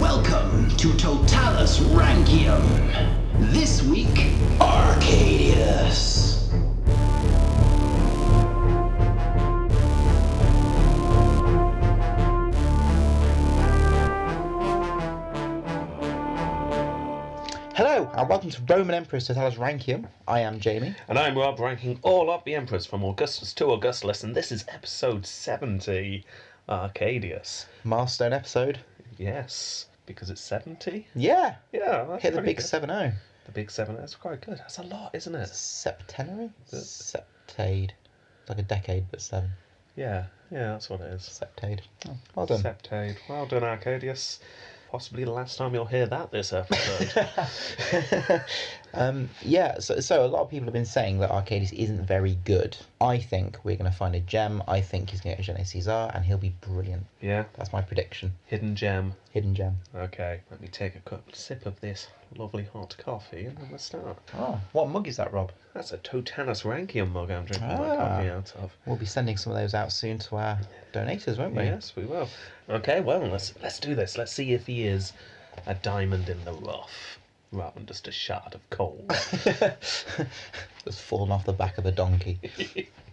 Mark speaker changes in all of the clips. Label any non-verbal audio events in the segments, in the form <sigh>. Speaker 1: Welcome to Totalis Rankium. This week, Arcadius.
Speaker 2: Hello, and welcome to Roman Emperor's Totalis Rankium. I am Jamie.
Speaker 3: And I'm Rob, ranking all up the emperors from Augustus to Augustulus, and this is episode 70, Arcadius.
Speaker 2: Milestone episode.
Speaker 3: Yes, because it's 70?
Speaker 2: Yeah,
Speaker 3: Yeah, that's
Speaker 2: hit the
Speaker 3: pretty
Speaker 2: big oh.
Speaker 3: good.
Speaker 2: 7 0.
Speaker 3: The big seven, that's quite good. That's a lot, isn't it?
Speaker 2: Septenary?
Speaker 3: The-
Speaker 2: Septade. It's like a decade, but seven.
Speaker 3: Yeah, yeah, that's what it is.
Speaker 2: Septade. Oh, well done.
Speaker 3: Septade. Well done, Arcadius. Possibly the last time you'll hear that
Speaker 2: <laughs>
Speaker 3: this episode.
Speaker 2: um, yeah, so, so a lot of people have been saying that Arcadis isn't very good. I think we're going to find a gem. I think he's going to get Genet Caesar, and he'll be brilliant.
Speaker 3: yeah,
Speaker 2: That's my prediction.
Speaker 3: hidden gem.
Speaker 2: Hidden gem.
Speaker 3: Okay, let me take a cup, sip of this lovely hot coffee, and then we'll start.
Speaker 2: Oh, what mug is that, Rob?
Speaker 3: That's a Totanus Rankium mug I'm drinking
Speaker 2: Ah.
Speaker 3: my coffee out of.
Speaker 2: We'll be sending some of those out soon to our donators, won't we?
Speaker 3: Yes, we will. Okay, well, let's let's do this. Let's see if he is a diamond in the rough rather than just a shard
Speaker 2: <laughs>
Speaker 3: of coal.
Speaker 2: That's fallen off the back of a donkey.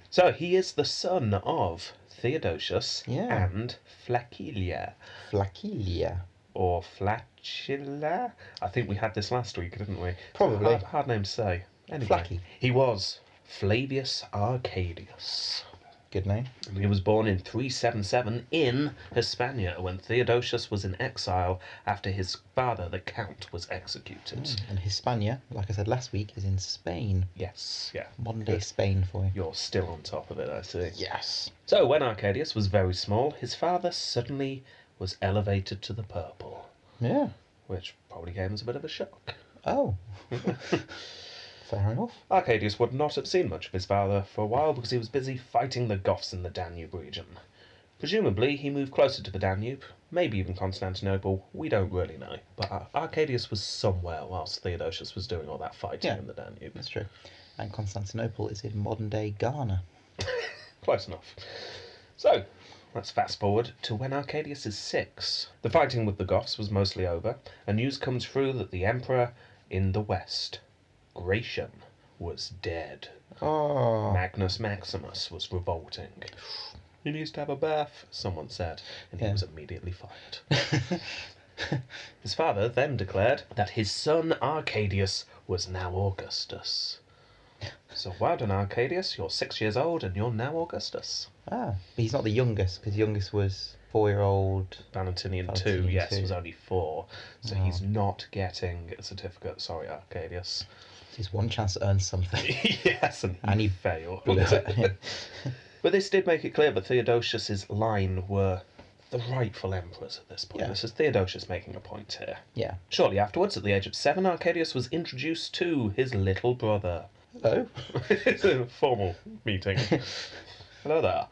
Speaker 3: so he is the son of Theodosius
Speaker 2: Yeah.
Speaker 3: and Flacilia
Speaker 2: Flacilia.
Speaker 3: or Flacilla. I think we had this last week, didn't we?
Speaker 2: Probably.
Speaker 3: Hard, hard name to say. Anyway,
Speaker 2: Flaci.
Speaker 3: He was Flavius Arcadius.
Speaker 2: Good name.
Speaker 3: He was born in 377 in Hispania when Theodosius was in exile after his father, the Count, was executed.
Speaker 2: And Hispania, like I said last week, is in Spain.
Speaker 3: Yes, yeah.
Speaker 2: Modern day
Speaker 3: Good.
Speaker 2: Spain for you.
Speaker 3: You're still on top of it, I see.
Speaker 2: Yes.
Speaker 3: So, when Arcadius was very small, his father suddenly was elevated to the purple,
Speaker 2: Yeah.
Speaker 3: which probably came as a bit of a shock.
Speaker 2: <laughs> Oh. Fair enough.
Speaker 3: Arcadius would not have seen much of his father for a while because he was busy fighting the Goths in the Danube region. Presumably, he moved closer to the Danube, maybe even Constantinople, we don't really know. But Ar- Arcadius was somewhere whilst Theodosius was doing all that fighting
Speaker 2: Yeah.
Speaker 3: in the Danube.
Speaker 2: That's true. And Constantinople is in modern day Ghana.
Speaker 3: Close enough. So, let's fast forward to when Arcadius is six. The fighting with the Goths was mostly over, and news comes through that the emperor in the west, Gratian, was dead.
Speaker 2: Oh.
Speaker 3: Magnus Maximus was revolting. He needs to have a bath, someone said, and he
Speaker 2: Yeah.
Speaker 3: was immediately fired. <laughs> his father then declared that his son Arcadius was now Augustus. So well done, Arcadius. You're six years old and you're now Augustus.
Speaker 2: Ah. But he's not the youngest, because youngest was four year old.
Speaker 3: Valentinian
Speaker 2: Valentinian
Speaker 3: II, yes,
Speaker 2: II.
Speaker 3: was only four, so he's not getting a certificate.
Speaker 2: <laughs>
Speaker 3: Sorry, Arcadius. <laughs>
Speaker 2: His one chance to earn <laughs> something.
Speaker 3: yes, and he,
Speaker 2: And he
Speaker 3: failed.
Speaker 2: Blew it.
Speaker 3: But this did make it clear that Theodosius's line were the rightful emperors at this point.
Speaker 2: Yeah.
Speaker 3: This is Theodosius making a point here.
Speaker 2: <laughs> yeah.
Speaker 3: Shortly afterwards, at the age of seven, Arcadius was introduced to his little brother.
Speaker 2: Hello.
Speaker 3: <laughs> it's a formal meeting. <laughs> Hello there.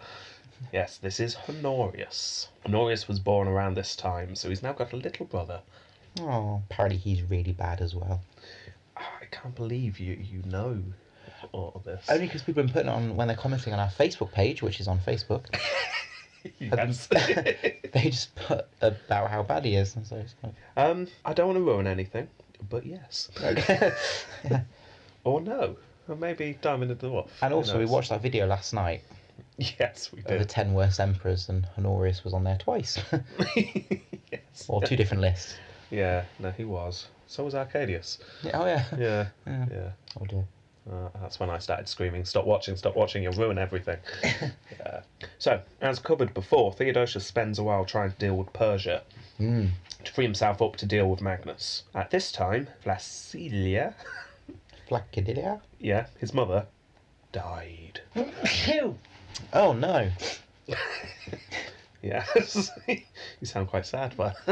Speaker 3: Yes, this is Honorius. Honorius was born around this time, so he's now got a little brother.
Speaker 2: Oh. Apparently he's really bad as well.
Speaker 3: Ah, I can't believe you you know all this.
Speaker 2: Only because people have been putting it on when they're commenting on our Facebook page, which is on Facebook.
Speaker 3: Yes. <laughs>
Speaker 2: <laughs> They just put about how bad he is. And so it's like,
Speaker 3: um, I don't want to ruin anything, but yes.
Speaker 2: okay.
Speaker 3: <laughs> Or no. Or maybe Diamond in the Rough.
Speaker 2: and
Speaker 3: Who
Speaker 2: also, we
Speaker 3: knows?
Speaker 2: watched that video last night
Speaker 3: <laughs> Yes, we
Speaker 2: of the
Speaker 3: did.
Speaker 2: 10 worst emperors, and Honorius was on there twice, <laughs>
Speaker 3: yes.
Speaker 2: or two different lists.
Speaker 3: Yeah, no, he was. So was Arcadius.
Speaker 2: Yeah, oh, yeah.
Speaker 3: Yeah,
Speaker 2: Yeah.
Speaker 3: yeah.
Speaker 2: Oh, dear.
Speaker 3: Uh, that's when I started screaming, stop watching, stop watching, you'll
Speaker 2: <laughs>
Speaker 3: ruin everything. yeah. So, as covered before, Theodosius spends a while trying to deal with Persia
Speaker 2: Mm.
Speaker 3: to free himself up to deal with Magnus. At this time, Placilia,
Speaker 2: Flaccidia?
Speaker 3: yeah, his mother, died.
Speaker 2: Oh, no.
Speaker 3: Yes. <laughs> you sound quite sad, but. <laughs>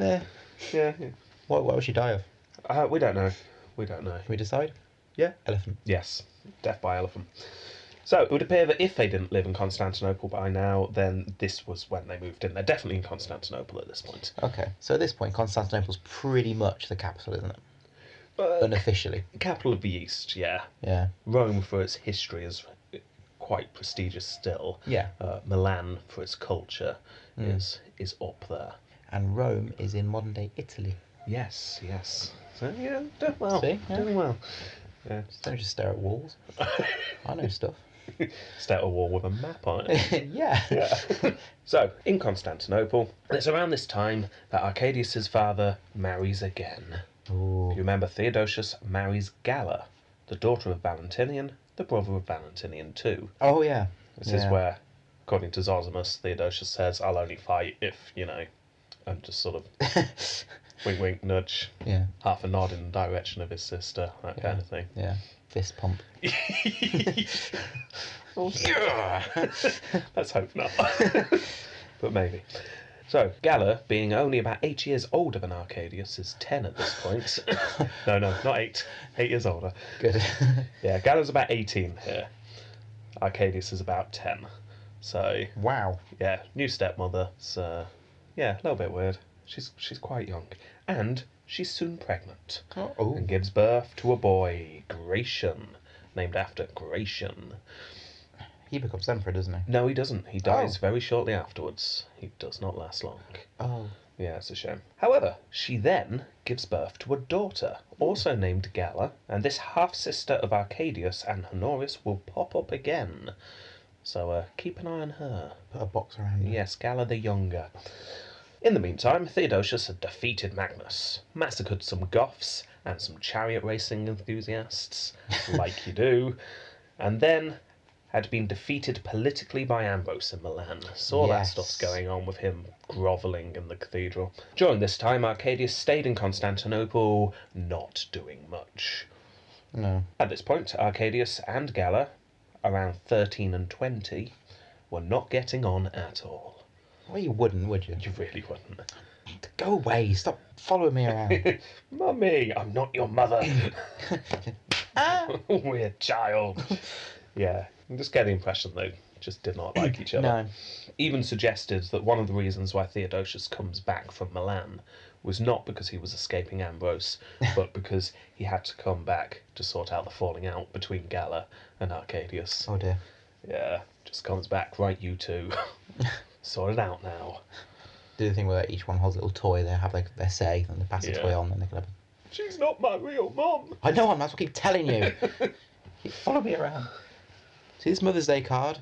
Speaker 2: No.
Speaker 3: yeah, yeah.
Speaker 2: What, what would she die of?
Speaker 3: Uh, we don't know. We don't know.
Speaker 2: Can we decide?
Speaker 3: Yeah.
Speaker 2: Elephant.
Speaker 3: Yes, death by elephant. So it would appear that if they didn't live in Constantinople by now, then this was when they moved in. They're definitely in Constantinople at this point.
Speaker 2: Okay. So at this point, Constantinople's pretty much the capital, isn't it?
Speaker 3: But
Speaker 2: Unofficially.
Speaker 3: capital of the East, yeah.
Speaker 2: Yeah.
Speaker 3: Rome for its history is quite prestigious still.
Speaker 2: Yeah. Mm.
Speaker 3: Uh, Milan for its culture is is up there.
Speaker 2: and Rome is in modern day Italy.
Speaker 3: Yes, yes. So yeah, doing well.
Speaker 2: See? Yeah.
Speaker 3: Doing well. Yeah.
Speaker 2: So don't just stare at <laughs> walls. I know <laughs> stuff.
Speaker 3: Start a wall with a map on it.
Speaker 2: yeah.
Speaker 3: Yeah. so, in Constantinople, it's around this time that Arcadius's father marries again.
Speaker 2: Ooh.
Speaker 3: You remember Theodosius marries Galla, the daughter of Valentinian, the brother of Valentinian too.
Speaker 2: Oh yeah.
Speaker 3: This
Speaker 2: Yeah.
Speaker 3: is where, according to Zosimus, Theodosius says, "I'll only fight if you know," and just sort of wink, wink, nudge,
Speaker 2: Yeah.
Speaker 3: half a nod in the direction of his sister, that kind of thing.
Speaker 2: Yeah. Fist pump.
Speaker 3: Let's hope not. <laughs> but maybe. So, Galla, being only about eight years older than Arcadius, is ten at this point. no, no, not eight. Eight years older.
Speaker 2: <laughs> Good.
Speaker 3: Yeah, Galla's about 18 here. Arcadius is about 10. So,
Speaker 2: wow.
Speaker 3: yeah, new stepmother. So, yeah, a little bit weird. She's, she's quite young. And she's soon pregnant
Speaker 2: Oh.
Speaker 3: and gives birth to a boy, Gratian, named after Gratian.
Speaker 2: He becomes emperor, doesn't he?
Speaker 3: No, he doesn't. He dies
Speaker 2: Oh.
Speaker 3: very shortly afterwards. He does not last long.
Speaker 2: Oh.
Speaker 3: Yeah, it's a shame. However, she then gives birth to a daughter, also named Galla, and this half sister of Arcadius and Honorius will pop up again. So uh, keep an eye on her.
Speaker 2: Put a box around him.
Speaker 3: Yes, Galla the Younger. In the meantime, Theodosius had defeated Magnus, massacred some Goths and some chariot racing enthusiasts, like you do, and then had been defeated politically by Ambrose in Milan. So all
Speaker 2: Yes.
Speaker 3: that stuff's going on with him grovelling in the cathedral. During this time, Arcadius stayed in Constantinople, not doing much.
Speaker 2: No.
Speaker 3: At this point, Arcadius and Galla, around 13 and 20, were not getting on at all.
Speaker 2: Well, you wouldn't, would you?
Speaker 3: You really wouldn't.
Speaker 2: Go away. Stop following me <laughs> around.
Speaker 3: Mummy, I'm not your mother.
Speaker 2: <laughs> ah.
Speaker 3: <laughs> Weird child. yeah, you just get the impression they just did not like each other.
Speaker 2: No.
Speaker 3: Even suggested that one of the reasons why Theodosius comes back from Milan was not because he was escaping Ambrose,
Speaker 2: <laughs>
Speaker 3: but because he had to come back to sort out the falling out between Galla and Arcadius.
Speaker 2: Oh dear.
Speaker 3: Yeah, just comes back, right,
Speaker 2: <laughs>
Speaker 3: you two. sort it out now.
Speaker 2: Do the thing where each one holds a little toy. They have like their say, and they pass the
Speaker 3: Yeah.
Speaker 2: toy on, and they can have. A...
Speaker 3: She's not my real mum.
Speaker 2: I know I'm. That's what I keep telling <laughs> you. keep following me around. See this Mother's Day card?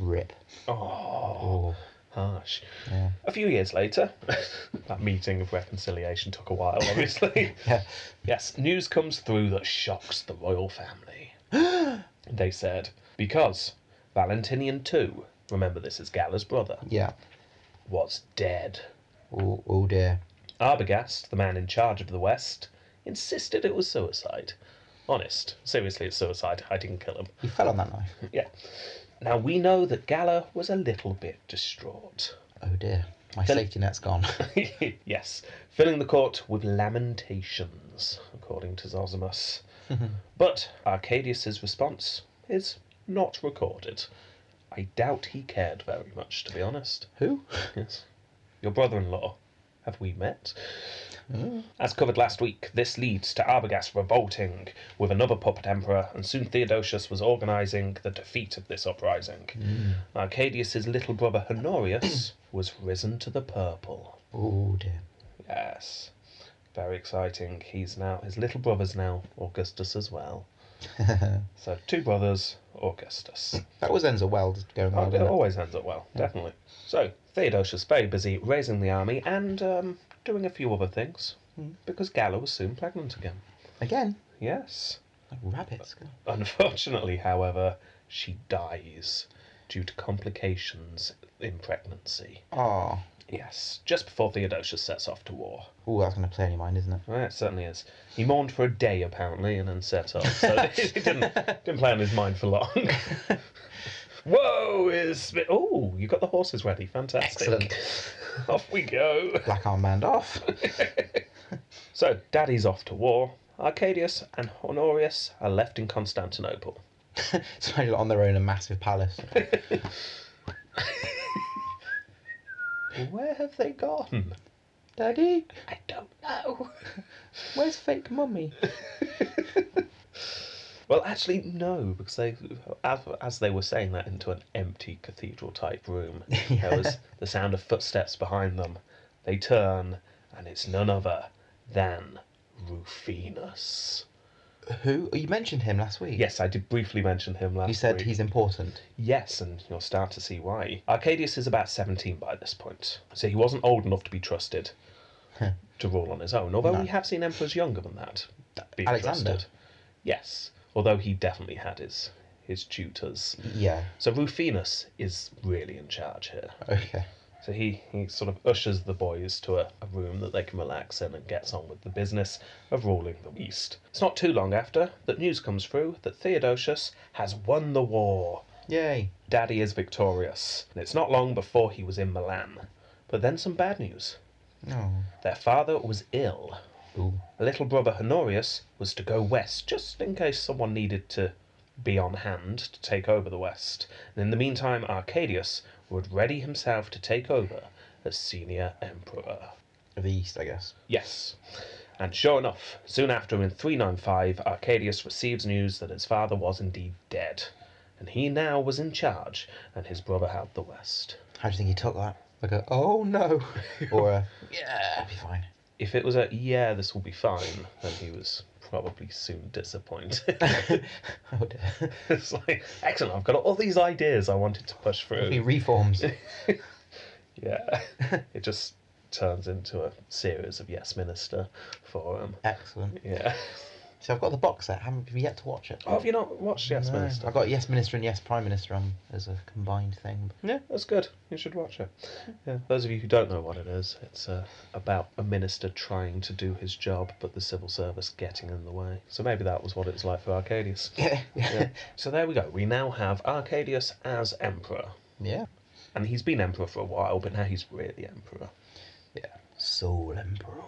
Speaker 2: Rip.
Speaker 3: Oh,
Speaker 2: Oh.
Speaker 3: harsh.
Speaker 2: Yeah.
Speaker 3: A few years later, <laughs> that meeting of reconciliation took a while, obviously.
Speaker 2: Yeah. <laughs>
Speaker 3: yes, news comes through that shocks the royal family. they said, because Valentinian II, remember this is Galla's brother,
Speaker 2: Yeah.
Speaker 3: was dead.
Speaker 2: Oh, oh dear.
Speaker 3: Arbogast, the man in charge of the West, insisted it was suicide. Honest, seriously, it's suicide. I didn't kill him.
Speaker 2: You fell on that knife.
Speaker 3: Yeah. Now we know that Galla was a little bit distraught.
Speaker 2: <laughs> Oh dear. My
Speaker 3: Then-
Speaker 2: safety net's gone.
Speaker 3: <laughs> yes, filling the court with lamentations, according to Zosimus. but Arcadius's response is not recorded. I doubt he cared very much, to be honest.
Speaker 2: <laughs>
Speaker 3: <laughs>
Speaker 2: Who?
Speaker 3: Yes. Your brother in law. Have we met? As covered last week, this leads to Arbogast revolting with another puppet emperor, and soon Theodosius was organising the defeat of this uprising. Arcadius's little brother Honorius was risen to the purple.
Speaker 2: Oh dear.
Speaker 3: Yes. Very exciting. He's now his little brother's now Augustus as well. so two brothers, Augustus.
Speaker 2: That was Enzo Weld going
Speaker 3: Oh,
Speaker 2: on.
Speaker 3: it
Speaker 2: didn't it?
Speaker 3: always ends up well, definitely. So Theodosius very busy raising the army and um, doing a few other things because Galla was soon pregnant again.
Speaker 2: Again.
Speaker 3: Yes.
Speaker 2: Like rabbits. God.
Speaker 3: Unfortunately, however, she dies due to complications in pregnancy.
Speaker 2: Oh.
Speaker 3: Yes, just before Theodosius sets off to war.
Speaker 2: Oh, that's going to play in your mind, isn't it?
Speaker 3: Well, it certainly is. He mourned for a day apparently, and then set off.
Speaker 2: <laughs>
Speaker 3: So <laughs> it didn't didn't play on his mind for long. <laughs> Whoa! Is oh, you got the horses ready? Fantastic!
Speaker 2: Excellent.
Speaker 3: <laughs> off we go.
Speaker 2: Black armband off. <laughs>
Speaker 3: So Daddy's off to war. Arcadius and Honorius are left in Constantinople.
Speaker 2: so they're on their own, a massive palace.
Speaker 3: Where have they gone?
Speaker 2: Daddy,
Speaker 3: I don't know.
Speaker 2: where's fake mummy?
Speaker 3: Well, actually, no, because they, as, as they were saying that
Speaker 2: <laughs>
Speaker 3: into an empty cathedral type room, there was the sound of footsteps behind them, They turn, and it's none other than Rufinus.
Speaker 2: Who? You mentioned him last week.
Speaker 3: Yes, I did briefly mention him last
Speaker 2: You said
Speaker 3: week.
Speaker 2: he's important.
Speaker 3: Yes, and you'll start to see why. Arcadius is about 17 by this point, so he wasn't old enough to be trusted to rule on his own, although
Speaker 2: No.
Speaker 3: we have seen emperors younger than that being
Speaker 2: Alexander.
Speaker 3: trusted. Yes, although he definitely had his, his tutors.
Speaker 2: Yeah.
Speaker 3: So Rufinus is really in charge here.
Speaker 2: Okay.
Speaker 3: So he, he sort of ushers the boys to a, a room that they can relax in and gets on with the business of ruling the East. It's not too long after that news comes through that Theodosius has won the war.
Speaker 2: Yay.
Speaker 3: Daddy is victorious, and it's not long before he was in Milan. But then some bad news.
Speaker 2: No.
Speaker 3: Their father was ill.
Speaker 2: Oh. Ooh.
Speaker 3: Little brother Honorius was to go west just in case someone needed to be on hand to take over the west. And in the meantime, Arcadius would ready himself to take over as senior emperor.
Speaker 2: Of the East, I guess.
Speaker 3: Yes. And sure enough, soon after in 395, Arcadius receives news that his father was indeed dead. And he now was in charge, and his brother had the West.
Speaker 2: How do you think he took that? Like a, oh <laughs> no. or a, yeah, it'll be fine. <laughs>
Speaker 3: If it was a, yeah, this will be fine, then he was probably soon disappointed. <laughs>
Speaker 2: Oh dear. <laughs>
Speaker 3: it's like, excellent, I've got all these ideas I wanted to push
Speaker 2: he <laughs>
Speaker 3: through.
Speaker 2: reforms.
Speaker 3: Yeah. It just turns into a series of yes minister for him.
Speaker 2: Excellent.
Speaker 3: Yeah.
Speaker 2: So I've got the box set. haven't yet to watch it.
Speaker 3: Oh, have you not watched yes
Speaker 2: No.
Speaker 3: minister?
Speaker 2: I've got Yes Minister and Yes Prime Minister on as a combined thing.
Speaker 3: Yeah, that's good. You should watch it. Yeah. Those of you who don't know what it is, it's uh, about a minister trying to do his job, but the civil service getting in the way. So maybe that was what it was like for Arcadius.
Speaker 2: <laughs> Yeah.
Speaker 3: Yeah. <laughs> so there we go. We now have Arcadius as emperor,
Speaker 2: Yeah.
Speaker 3: and he's been emperor for a while, but now he's really emperor,
Speaker 2: Soul Emperor.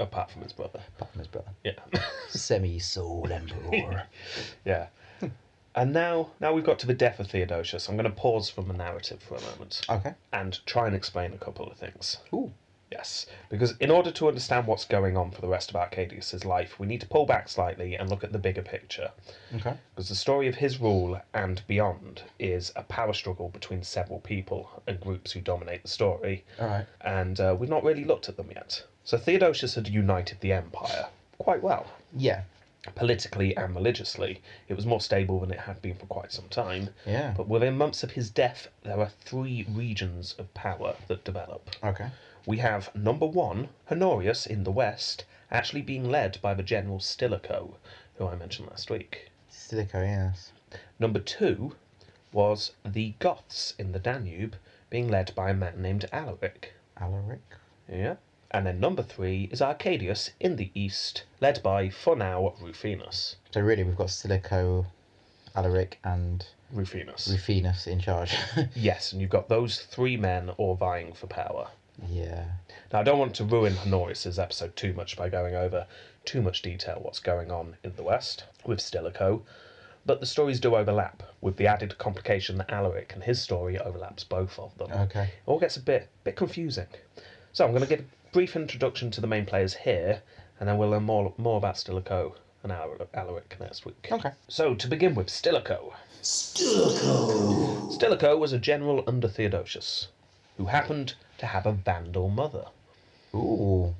Speaker 3: apart from his brother.
Speaker 2: Apart from his brother.
Speaker 3: Yeah, <laughs>
Speaker 2: Semi Soul Emperor.
Speaker 3: yeah. And now, now we've got to the death of Theodosius. I'm going to pause from the narrative for a moment
Speaker 2: <laughs> okay.
Speaker 3: and try and explain a couple of things.
Speaker 2: Ooh.
Speaker 3: Yes, because in order to understand what's going on for the rest of Arcadius's life, we need to pull back slightly and look at the bigger picture.
Speaker 2: Okay.
Speaker 3: Because the story of his rule and beyond is a power struggle between several people and groups who dominate the story,
Speaker 2: All right.
Speaker 3: and uh, we've not really looked at them yet. So Theodosius had united the empire quite well,
Speaker 2: Yeah.
Speaker 3: politically and religiously. It was more stable than it had been for quite some time.
Speaker 2: Yeah.
Speaker 3: But within months of his death, there are three regions of power that develop.
Speaker 2: Okay.
Speaker 3: We have number one, Honorius in the West, actually being led by the General Stilicho, who I mentioned last week.
Speaker 2: Silico, yes.
Speaker 3: Number two was the Goths in the Danube, being led by a man named Alaric.
Speaker 2: Alaric.
Speaker 3: Yeah. And then number three is Arcadius in the East, led by, for now, Rufinus.
Speaker 2: So really, we've got Silico, Alaric, and
Speaker 3: Rufinus.
Speaker 2: Rufinus in charge. <laughs>
Speaker 3: yes, and you've got those three men all vying for power.
Speaker 2: yeah.
Speaker 3: Now, I don't want to ruin Honorius's episode too much by going over too much detail what's going on in the West with Stilicho, but the stories do overlap, with the added complication that Alaric and his story overlaps both of them.
Speaker 2: Okay.
Speaker 3: It all gets a bit, bit confusing. So I'm going to give a brief introduction to the main players here, and then we'll learn more, more about Stilicho and Al- Alaric next week.
Speaker 2: Okay.
Speaker 3: So to begin with, Stilicho.
Speaker 1: Sturco.
Speaker 3: Stilicho was a general under Theodosius, who happened to have a Vandal mother.
Speaker 2: Ooh.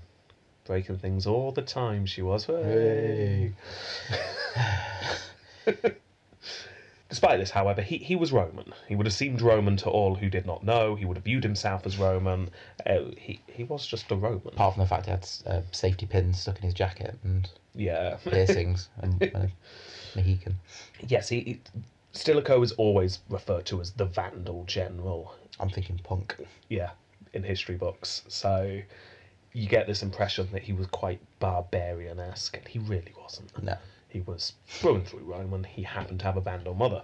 Speaker 3: breaking things all the time. She was.
Speaker 2: Hey.
Speaker 3: <laughs> Despite this, however, he, he was Roman. He would have seemed Roman to all who did not know. He would have viewed himself as Roman. Uh, he, he was just a Roman.
Speaker 2: Apart from the fact he had uh, safety pins stuck in his jacket and
Speaker 3: Yeah.
Speaker 2: <laughs>
Speaker 3: <laughs>
Speaker 2: piercings and, and a Mohican.
Speaker 3: yes, he, he, Stilicho is always referred to as the Vandal General.
Speaker 2: I'm thinking punk.
Speaker 3: Yeah, in history books. So you get this impression that he was quite barbarian esque, and he really wasn't.
Speaker 2: No.
Speaker 3: He was through and through Roman. He happened to have a Vandal mother.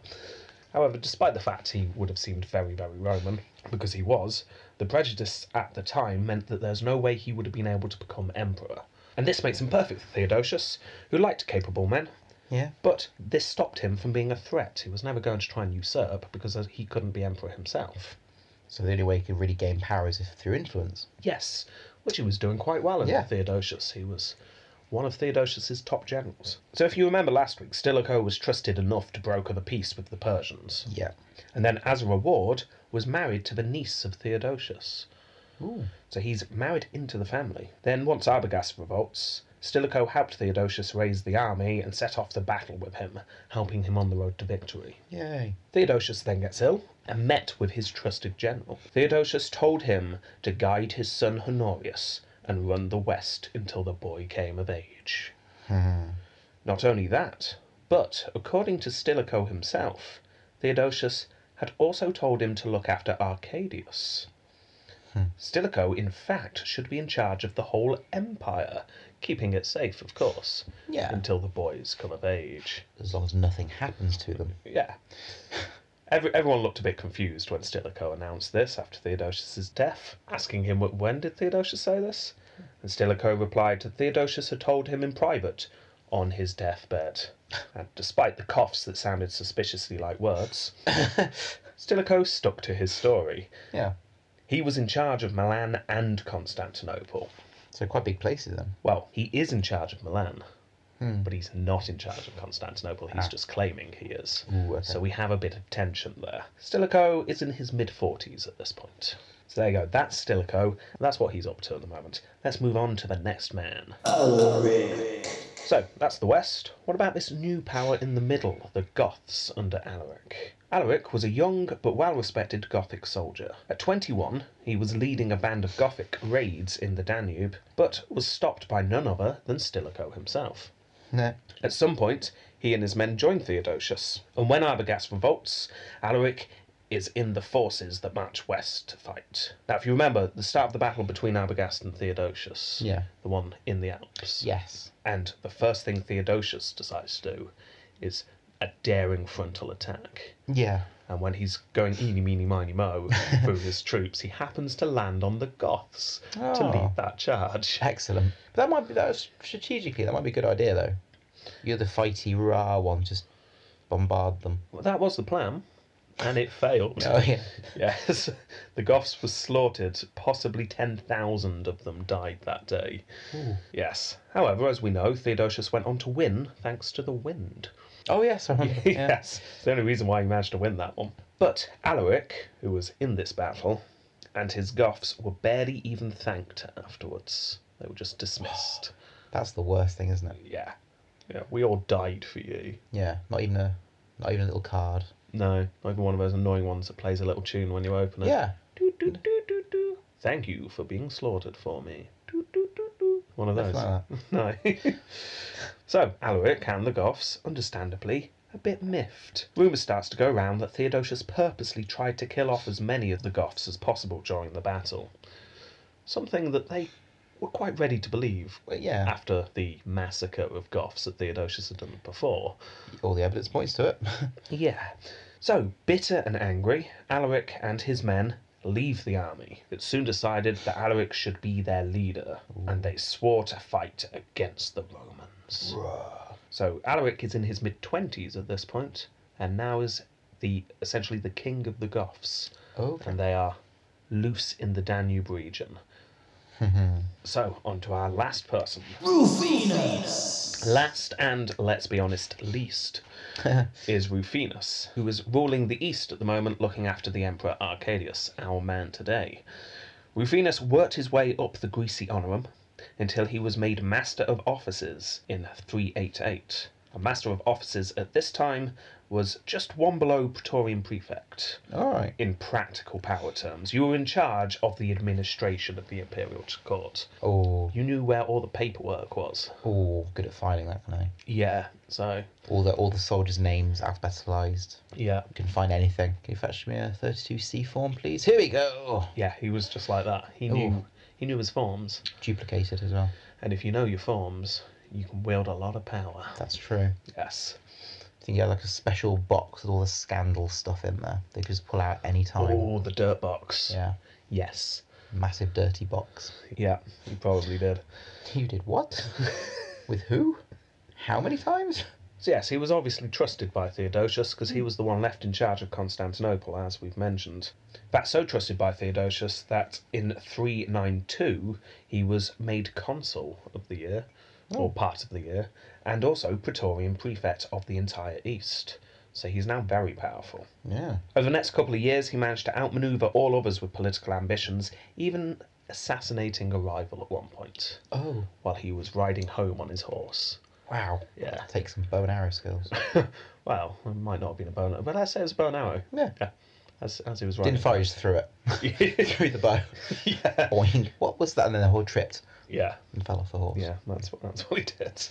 Speaker 3: However, despite the fact he would have seemed very, very Roman, because he was, the prejudice at the time meant that there's no way he would have been able to become emperor. And this makes him perfect for Theodosius, who liked capable men,
Speaker 2: Yeah.
Speaker 3: but this stopped him from being a threat. He was never going to try and usurp because he couldn't be emperor himself.
Speaker 2: So the only way he could really gain power is if through influence.
Speaker 3: Yes, which he was doing quite well under
Speaker 2: Yeah.
Speaker 3: Theodosius. He was one of Theodosius's top generals. So if you remember last week, Stilicho was trusted enough to broker the peace with the Persians,
Speaker 2: Yeah.
Speaker 3: and then as a reward was married to the niece of Theodosius.
Speaker 2: Ooh.
Speaker 3: so he's married into the family. Then, once Arbogast revolts, Stilicho helped Theodosius raise the army and set off to battle with him, helping him on the road to victory.
Speaker 2: Yay.
Speaker 3: Theodosius then gets ill and met with his trusted general. Theodosius told him to guide his son Honorius and run the west until the boy came of age. Not only that, but according to Stilicho himself, Theodosius had also told him to look after Arcadius. Stilicho, in fact, should be in charge of the whole empire, keeping it safe, of course,
Speaker 2: Yeah.
Speaker 3: until the boys come of age.
Speaker 2: As long as nothing happens to them.
Speaker 3: Yeah. <laughs> Every, everyone looked a bit confused when Stilicho announced this after Theodosius' death, asking him "Wh- when did Theodosius say this? And Stilicho replied that Theodosius had told him in private on his deathbed. <laughs> And despite the coughs that sounded suspiciously like words, <laughs> Stilicho stuck to his story.
Speaker 2: Yeah.
Speaker 3: He was in charge of Milan and Constantinople.
Speaker 2: So quite big places then.
Speaker 3: Well, he is in charge of Milan,
Speaker 2: Hmm.
Speaker 3: but he's not in charge of Constantinople. He's just claiming he is.
Speaker 2: Ah. Ooh, okay.
Speaker 3: So we have a bit of tension there. Stilicho is in his mid 40s at this point. So there you go. That's Stilicho. That's what he's up to at the moment. Let's move on to the next man. So that's the West. What about this new power in the middle, the Goths under Alaric? Alaric was a young but well respected Gothic soldier. At 21, he was leading a band of Gothic raids in the Danube, but was stopped by none other than Stilicho himself.
Speaker 2: No.
Speaker 3: At some point, he and his men join Theodosius, and when Arbogast revolts, Alaric is in the forces that march west to fight. Now, if you remember, the start of the battle between Arbogast and Theodosius,
Speaker 2: Yeah.
Speaker 3: the one in the Alps,
Speaker 2: Yes.
Speaker 3: and the first thing Theodosius decides to do is a daring frontal attack.
Speaker 2: Yeah.
Speaker 3: And when he's going eeny, meeny, miny, mo through his troops, he happens to land on the Goths to
Speaker 2: Ah.
Speaker 3: lead that charge.
Speaker 2: Excellent. But that might be that strategically that might be a good idea though. You're the fighty raw one, just bombard them.
Speaker 3: Well, that was the plan, and it failed.
Speaker 2: <laughs> Oh yeah.
Speaker 3: Yes, the Goths were slaughtered. Possibly 10,000 of them died that day. Yes. However, as we know, Theodosius went on to win thanks to the wind.
Speaker 2: Oh <laughs> yes, I remember. Yeah.
Speaker 3: <laughs> yes, it's the only reason why he managed to win that one. But Alaric, who was in this battle, and his Goths were barely even thanked afterwards. They were just dismissed.
Speaker 2: That's the worst thing, isn't it?
Speaker 3: yeah. Yeah, we all died for you.
Speaker 2: Yeah. Not even a not even a little card.
Speaker 3: No, not even one of those annoying ones that plays a little tune when you open it.
Speaker 2: Yeah.
Speaker 3: Doo, doo, doo, doo, doo. Thank you for being slaughtered for me. Doo, doo, doo, doo. One of those.
Speaker 2: Nothing
Speaker 3: <laughs> no. so, Alaric and the Goths, understandably, a bit miffed. Rumour starts to go round that Theodosius purposely tried to kill off as many of the Goths as possible during the battle. Something that they were quite ready to believe
Speaker 2: Well, yeah.
Speaker 3: after the massacre of Goths that Theodosius had done before.
Speaker 2: All the evidence points to it. <laughs>
Speaker 3: Yeah. So, bitter and angry, Alaric and his men leave the army. It soon decided that Alaric should be their leader, and they swore to fight against the Romans. So, Alaric is in his mid 20s at this point, and now is the essentially the king of the Goths,
Speaker 2: okay.
Speaker 3: and they are loose in the Danube region. so, on to our last person.
Speaker 1: Rufinus!
Speaker 3: Last and, let's be honest, <laughs> least is Rufinus, who is ruling the East at the moment, looking after the Emperor Arcadius, our man today. Rufinus worked his way up the Greasy Honorum until he was made Master of Offices in 388. A Master of Offices at this time was just one below Praetorian Prefect
Speaker 2: All right.
Speaker 3: in practical power terms. You were in charge of the administration of the Imperial Court.
Speaker 2: Oh,
Speaker 3: You knew where all the paperwork was.
Speaker 2: oh, good at finding that, can I?
Speaker 3: Yeah, so
Speaker 2: All the all the soldiers' names alphabetized.
Speaker 3: yeah.
Speaker 2: Can find anything. Can you fetch me a 32C form, please? Here we go.
Speaker 3: Yeah, he was just like that. He knew
Speaker 2: Ooh.
Speaker 3: he knew his forms,
Speaker 2: Duplicated as well.
Speaker 3: and if you know your forms, you can wield a lot of power.
Speaker 2: That's true.
Speaker 3: Yes.
Speaker 2: I think you have like a special box with all the scandal stuff in there. They could just pull out any time.
Speaker 3: Oh, the dirt box.
Speaker 2: Yeah.
Speaker 3: Yes.
Speaker 2: Massive dirty box.
Speaker 3: Yeah, you probably did.
Speaker 2: You did what? <laughs> With who? How many times?
Speaker 3: So yes, he was obviously trusted by Theodosius because he was the one left in charge of Constantinople, as we've mentioned. That's so trusted by Theodosius that in 392 he was made consul of the year, Oh. or part of the year, and also Praetorian prefect of the entire East. so he's now very powerful.
Speaker 2: Yeah.
Speaker 3: Over the next couple of years, he managed to outmaneuver all others with political ambitions, even assassinating a rival at one point
Speaker 2: Oh,
Speaker 3: while he was riding home on his horse.
Speaker 2: wow.
Speaker 3: Yeah.
Speaker 2: Take some bow and arrow
Speaker 3: <laughs>
Speaker 2: skills.
Speaker 3: Well, it might not have been a bow and arrow, but I say it was a bow and arrow.
Speaker 2: Yeah.
Speaker 3: Yeah. As, as he was riding.
Speaker 2: Didn't fire, just threw it. <laughs> threw the bow.
Speaker 3: yeah.
Speaker 2: Boing. What was that? And then the horse tripped
Speaker 3: <laughs> Yeah.
Speaker 2: and fell off the horse.
Speaker 3: Yeah, that's what that's what he did.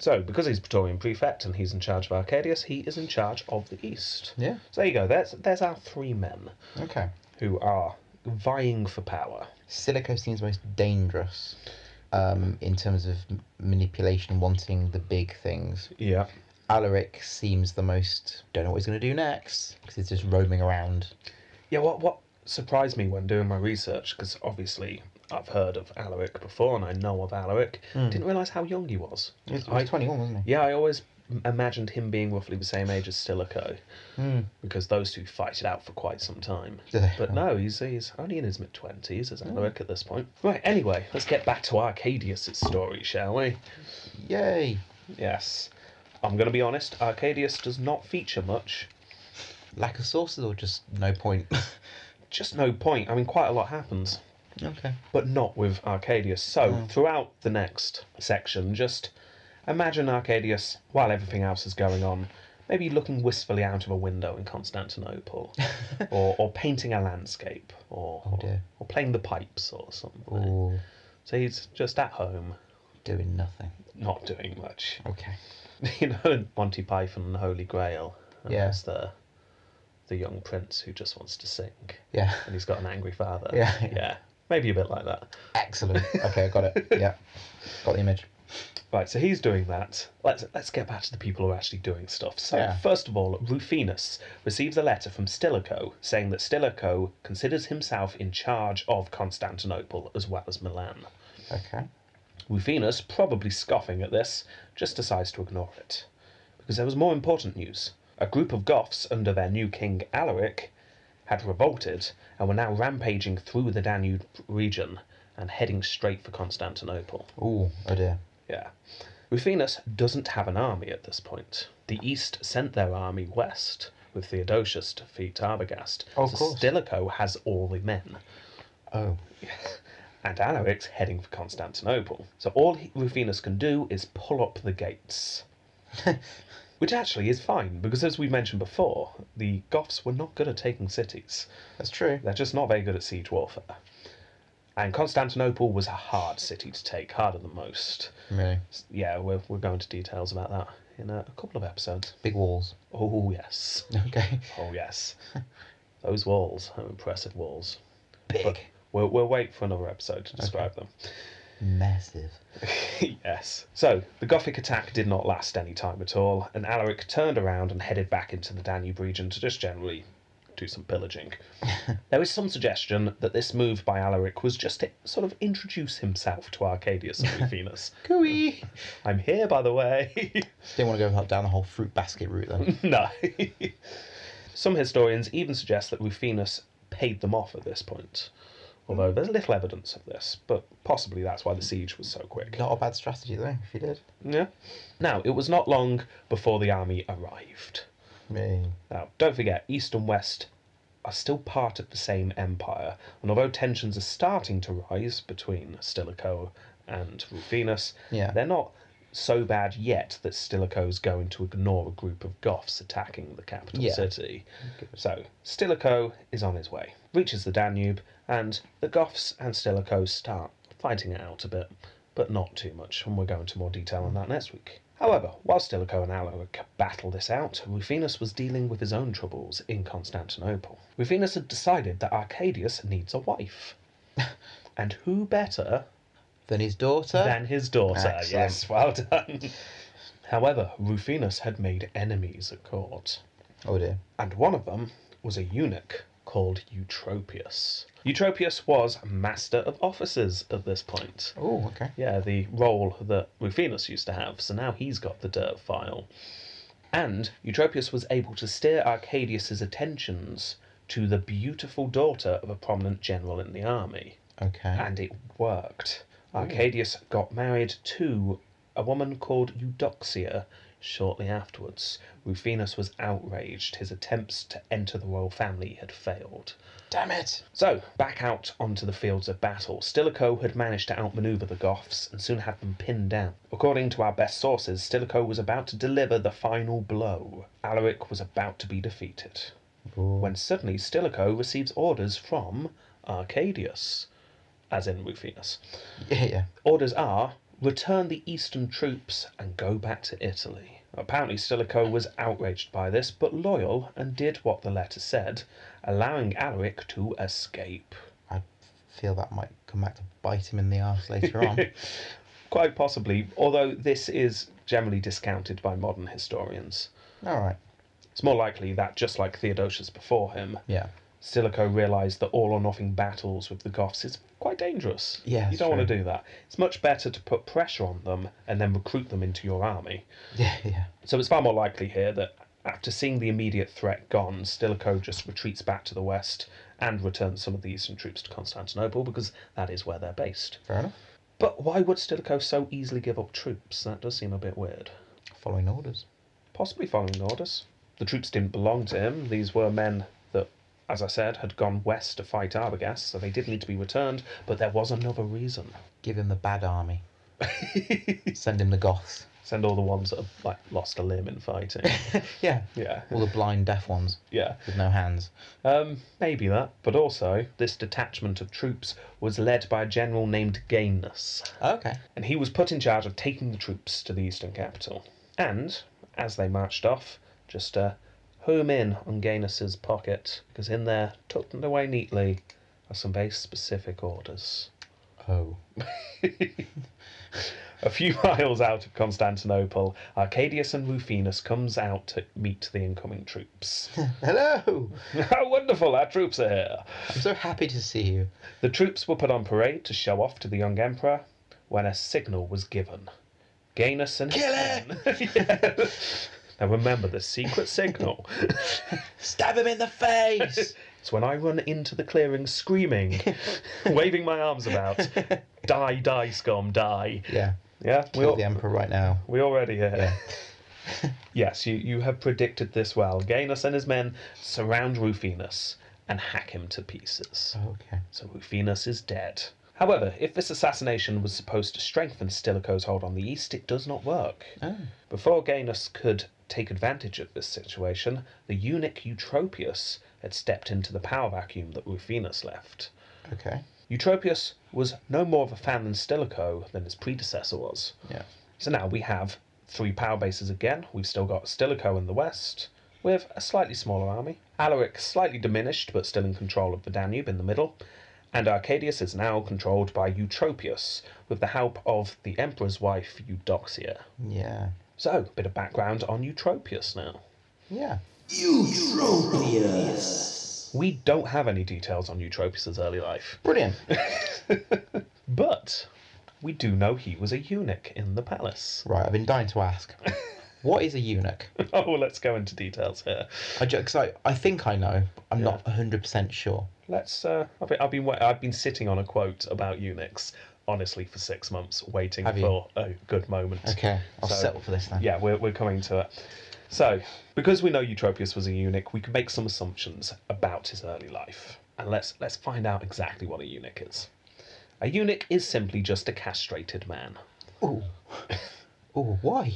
Speaker 3: So, because he's Praetorian Prefect and he's in charge of Arcadius, he is in charge of the East.
Speaker 2: Yeah.
Speaker 3: So there you go. That's there's our three men
Speaker 2: Okay.
Speaker 3: who are vying for power.
Speaker 2: Silico seems most dangerous um, in terms of m- manipulation, wanting the big things.
Speaker 3: Yeah.
Speaker 2: Alaric seems the most, don't know what he's going to do next, because he's just roaming around.
Speaker 3: Yeah. What what surprised me when doing my research because obviously I've heard of Alaric before and I know of Alaric. Didn't realize how young he was.
Speaker 2: Hmm. He was, he
Speaker 3: I-
Speaker 2: was 21, wasn't he?
Speaker 3: Yeah, I always m- imagined him being roughly the same age as Stilicho
Speaker 2: Hmm.
Speaker 3: because those two fight it out for quite some
Speaker 2: <laughs>
Speaker 3: time.
Speaker 2: Do they?
Speaker 3: But no, he's, he's only in his mid 20s as
Speaker 2: Hmm.
Speaker 3: Alaric at this point. Right, anyway, let's get back to Arcadius' story, shall we?
Speaker 2: Yay!
Speaker 3: Yes. I'm going to be honest, Arcadius does not feature much.
Speaker 2: Lack of sources or just no point? <laughs>
Speaker 3: Just no point. I mean, quite a lot happens,
Speaker 2: okay.
Speaker 3: but not with Arcadius. So,
Speaker 2: Hmm.
Speaker 3: throughout the next section, just imagine Arcadius, while everything else is going on, maybe looking wistfully out of a window in Constantinople,
Speaker 2: <laughs>
Speaker 3: or, or painting a landscape, or, or,
Speaker 2: Oh, dear.
Speaker 3: or playing the pipes or something.
Speaker 2: Or
Speaker 3: So, he's just at home.
Speaker 2: doing nothing.
Speaker 3: not doing much. <laughs>
Speaker 2: Okay.
Speaker 3: You know, Monty Python and the Holy Grail. And
Speaker 2: Yeah.
Speaker 3: There's the, the young prince who just wants to sing.
Speaker 2: Yeah.
Speaker 3: And he's got an angry father.
Speaker 2: Yeah,
Speaker 3: Yeah.
Speaker 2: yeah.
Speaker 3: Maybe a bit like that.
Speaker 2: Excellent. Okay, I got <laughs> it. Yeah. Got the image.
Speaker 3: Right, so he's doing that. Let's let's get back to the people who are actually doing stuff. So
Speaker 2: Yeah.
Speaker 3: first of all, Rufinus receives a letter from Stilicho saying that Stilicho considers himself in charge of Constantinople as well as Milan.
Speaker 2: Okay.
Speaker 3: Rufinus, probably scoffing at this, just decides to ignore it. Because there was more important news. A group of Goths under their new king Alaric had revolted and were now rampaging through the Danube region and heading straight for Constantinople.
Speaker 2: Ooh, oh dear.
Speaker 3: Yeah. Rufinus doesn't have an army at this point. The East sent their army west with Theodosius to defeat Arbogast.
Speaker 2: Of
Speaker 3: so
Speaker 2: course.
Speaker 3: Stilicho has all the men
Speaker 2: Oh.
Speaker 3: and Alaric's heading for Constantinople. So all he- Rufinus can do is pull up
Speaker 2: <laughs>
Speaker 3: the gates. Which actually is fine, because as we mentioned before, the Goths were not good at taking cities.
Speaker 2: That's true.
Speaker 3: They're just not very good at siege warfare. And Constantinople was a hard city to take, harder than most.
Speaker 2: Really.
Speaker 3: S- Yeah, we're, we're going to details about that in a, a couple of episodes.
Speaker 2: Big walls. <laughs>
Speaker 3: Oh, yes.
Speaker 2: Okay.
Speaker 3: Oh,
Speaker 2: <laughs>
Speaker 3: yes. Those walls are impressive walls.
Speaker 2: Big.
Speaker 3: We'll, we'll wait for another episode to describe them.
Speaker 2: Massive.
Speaker 3: yes. So, the Gothic attack did not last any time at all, and Alaric turned around and headed back into the Danube region to just generally do some pillaging.
Speaker 2: <laughs>
Speaker 3: there is some suggestion that this move by Alaric was just to sort of introduce himself to
Speaker 2: <laughs>
Speaker 3: Arcadius and Rufinus.
Speaker 2: Cooey.
Speaker 3: I'm here, by the way.
Speaker 2: <laughs> Didn't want to go down the whole fruit basket route then.
Speaker 3: no. <laughs> some historians even suggest that Rufinus paid them off at this point. Although there's little evidence of this, but possibly that's why the siege was so quick.
Speaker 2: Not a bad strategy though, if you did.
Speaker 3: Yeah. Now, it was not long before the army arrived.
Speaker 2: Me.
Speaker 3: Now, don't forget, East and West are still part of the same empire, and although tensions are starting to rise between Stilicho and Rufinus,
Speaker 2: Yeah.
Speaker 3: they're not so bad yet that Stilicho's going to ignore a group of Goths attacking the capital
Speaker 2: Yeah.
Speaker 3: city. So, Stilicho is on his way, reaches the Danube, and the Goths and Stilicho start fighting it out a bit, but not too much, and we'll go into more detail on that next week. However, while Stilicho and Alaric battle this out, Rufinus was dealing with his own troubles in Constantinople. Rufinus had decided that Arcadius needs a wife. <laughs> and who better
Speaker 2: Then his daughter.
Speaker 3: than his daughter.
Speaker 2: Excellent.
Speaker 3: Yes, well done. However, Rufinus had made enemies at court,
Speaker 2: Oh dear.
Speaker 3: and one of them was a eunuch called Eutropius. Eutropius was master of officers at this point.
Speaker 2: Oh, okay.
Speaker 3: Yeah, the role that Rufinus used to have, so now he's got the dirt file. And Eutropius was able to steer Arcadius's attentions to the beautiful daughter of a prominent general in the army
Speaker 2: Okay.
Speaker 3: and it worked. Arcadius got married to a woman called Eudoxia. Shortly afterwards, Rufinus was outraged. His attempts to enter the royal family had failed.
Speaker 2: Damn it!
Speaker 3: So, back out onto the fields of battle, Stilicho had managed to outmaneuver the Goths and soon had them pinned down. According to our best sources, Stilicho was about to deliver the final blow. Alaric was about to be defeated. When suddenly Stilicho receives orders from Arcadius, as in Rufinus.
Speaker 2: Yeah, yeah.
Speaker 3: Orders are return the eastern troops and go back to Italy. Apparently, Stilicho was outraged by this, but loyal and did what the letter said, allowing Alaric to escape.
Speaker 2: I feel that might come back to bite him in the arse later on.
Speaker 3: Quite possibly, although this is generally discounted by modern historians.
Speaker 2: All right.
Speaker 3: It's more likely that, just like Theodosius before him,
Speaker 2: Yeah.
Speaker 3: Stilicho realised that all or nothing battles with the Goths is quite dangerous.
Speaker 2: Yeah,
Speaker 3: you
Speaker 2: it's
Speaker 3: don't want to
Speaker 2: true.
Speaker 3: do that. It's much better to put pressure on them and then recruit them into your army.
Speaker 2: Yeah, yeah.
Speaker 3: So it's far more likely here that after seeing the immediate threat gone, Stilicho just retreats back to the west and returns some of the eastern troops to Constantinople because that is where they're based.
Speaker 2: Fair enough.
Speaker 3: But why would Stilicho so easily give up troops? That does seem a bit weird.
Speaker 2: Following orders.
Speaker 3: Possibly following orders. The troops didn't belong to him. These were men that, as I said, had gone west to fight Arbogast, so they did need to be returned, but there was another reason.
Speaker 2: Give him the bad army. Send him the Goths.
Speaker 3: Send all the ones that have like lost a limb in fighting.
Speaker 2: Yeah.
Speaker 3: yeah.
Speaker 2: All the blind, deaf ones
Speaker 3: Yeah.
Speaker 2: with no hands.
Speaker 3: Um, maybe that, but also this detachment of troops was led by a general named Gainus,
Speaker 2: Okay.
Speaker 3: and he was put in charge of taking the troops to the eastern capital. And as they marched off, just uh, home in on Gainus's pocket, because in there, tucked and away neatly, are some very specific orders.
Speaker 2: Oh.
Speaker 3: A few <laughs> miles out of Constantinople, Arcadius and Rufinus comes out to meet the incoming troops. <laughs>
Speaker 2: Hello!
Speaker 3: How wonderful our troops are here!
Speaker 2: I'm so happy to see you.
Speaker 3: The troops were put on parade to show off to the young emperor when a signal was given. Gainus and his
Speaker 2: Kill
Speaker 3: men- Yes. <laughs> Now remember the secret signal.
Speaker 2: Stab him in the face!
Speaker 3: it's when I run into the
Speaker 2: <laughs>
Speaker 3: clearing screaming, waving my arms about, die, die, scum, die.
Speaker 2: yeah.
Speaker 3: Yeah, we,
Speaker 2: Kill
Speaker 3: all,
Speaker 2: the Emperor right now.
Speaker 3: we already here.
Speaker 2: Yeah.
Speaker 3: <laughs> Yes, you, you have predicted this well. Gainus and his men surround Rufinus and hack him to pieces.
Speaker 2: Oh, Okay.
Speaker 3: so Rufinus is dead. However, if this assassination was supposed to strengthen Stilicho's hold on the east, it does not work.
Speaker 2: Oh.
Speaker 3: Before Gainus could take advantage of this situation, the eunuch Eutropius had stepped into the power vacuum that Rufinus left.
Speaker 2: Okay.
Speaker 3: Eutropius was no more of a fan than Stilicho than his predecessor was.
Speaker 2: Yeah.
Speaker 3: So now we have three power bases again. We've still got Stilicho in the west, with a slightly smaller army. Alaric slightly diminished, but still in control of the Danube in the middle. And Arcadius is now controlled by Eutropius, with the help of the emperor's wife Eudoxia.
Speaker 2: Yeah.
Speaker 3: So, bit of background on Eutropius now.
Speaker 2: Yeah.
Speaker 1: Eutropius.
Speaker 3: We don't have any details on Eutropius's early life, <laughs>
Speaker 2: Brilliant.
Speaker 3: but we do know he was a eunuch in the palace. <laughs>
Speaker 2: Right, I've been dying to ask. What is a eunuch?
Speaker 3: Oh, let's go into details here.
Speaker 2: I just, cause I, I think I know. But I'm not 100% sure.
Speaker 3: Let's. Uh, I've been. I've been, wa- I've been sitting on a quote about Unix, honestly, for six months, waiting
Speaker 2: Have you?
Speaker 3: for a good moment.
Speaker 2: Okay. I'll
Speaker 3: So-
Speaker 2: settle for this then.
Speaker 3: Yeah, we're, we're coming to it. So, because we know Eutropius was a eunuch, we can make some assumptions about his early life, and let's let's find out exactly what a eunuch is. A eunuch is simply just a castrated man.
Speaker 2: Ooh. Ooh, why?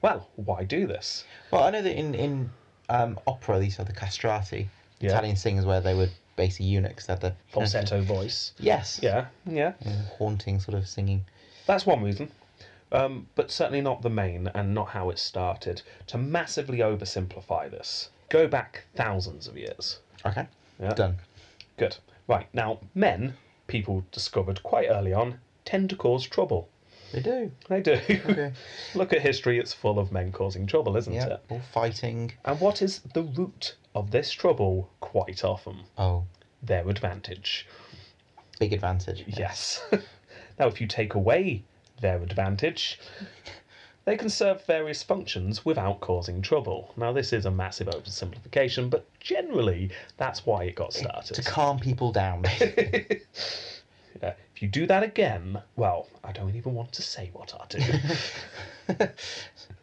Speaker 3: Well, why do this?
Speaker 2: Well, I know that in in um, opera, these are the castrati,
Speaker 3: Yeah.
Speaker 2: Italian singers, where they were basically eunuchs. They had the
Speaker 3: Falsetto voice.
Speaker 2: Yes.
Speaker 3: Yeah, yeah.
Speaker 2: Haunting sort of singing.
Speaker 3: That's one reason. Um, but certainly not the main and not how it started. To massively oversimplify this, go back thousands of years.
Speaker 2: Okay.
Speaker 3: Yeah.
Speaker 2: Done.
Speaker 3: Good. Right, now, men, people discovered quite early on, tend to cause trouble.
Speaker 2: They do.
Speaker 3: They do.
Speaker 2: Okay.
Speaker 3: <laughs> Look at history, it's full of men causing trouble, isn't
Speaker 2: Yeah.
Speaker 3: it?
Speaker 2: All fighting.
Speaker 3: And what is the root of this trouble quite often?
Speaker 2: Oh,
Speaker 3: Their advantage.
Speaker 2: big advantage.
Speaker 3: Yes. <laughs> now, if you take away their advantage, they can serve various functions without causing trouble. Now, this is a massive oversimplification, but generally, that's why it got started.
Speaker 2: To calm people down.
Speaker 3: Uh, if you do that again, well, I don't even want to say what I do.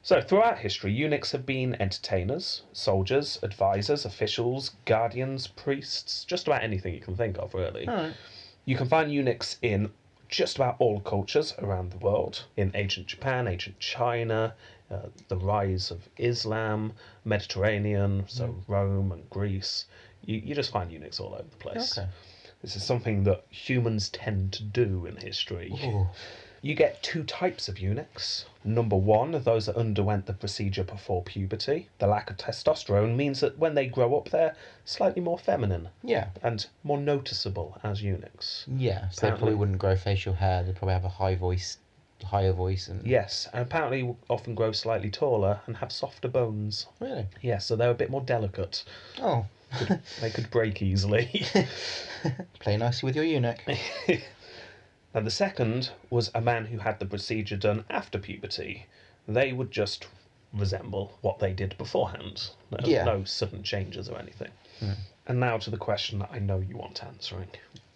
Speaker 3: So, throughout history, eunuchs have been entertainers, soldiers, advisors, officials, guardians, priests, just about anything you can think of, really. You can find eunuchs in just about all cultures around the world in ancient Japan, ancient China, uh, the rise of Islam, Mediterranean, so Rome and Greece. You, you just find eunuchs all over the place.
Speaker 2: Okay.
Speaker 3: This is something that humans tend to do in history.
Speaker 2: Ooh.
Speaker 3: You get two types of eunuchs. Number one, those that underwent the procedure before puberty. The lack of testosterone means that when they grow up, they're slightly more feminine
Speaker 2: Yeah.
Speaker 3: and more noticeable as eunuchs.
Speaker 2: Yeah. So they
Speaker 3: Apparently.
Speaker 2: probably wouldn't grow facial hair. They'd probably have a high voice, higher voice, and
Speaker 3: Yes, and apparently often grow slightly taller and have softer bones.
Speaker 2: really.
Speaker 3: Yes, so they're a bit more delicate.
Speaker 2: Oh,
Speaker 3: They could break easily. <laughs>
Speaker 2: play nicely with your eunuch.
Speaker 3: and the second was a man who had the procedure done after puberty. They would just resemble what they did beforehand. No,
Speaker 2: Yeah.
Speaker 3: no sudden changes or anything. And now to the question that I know you want answering.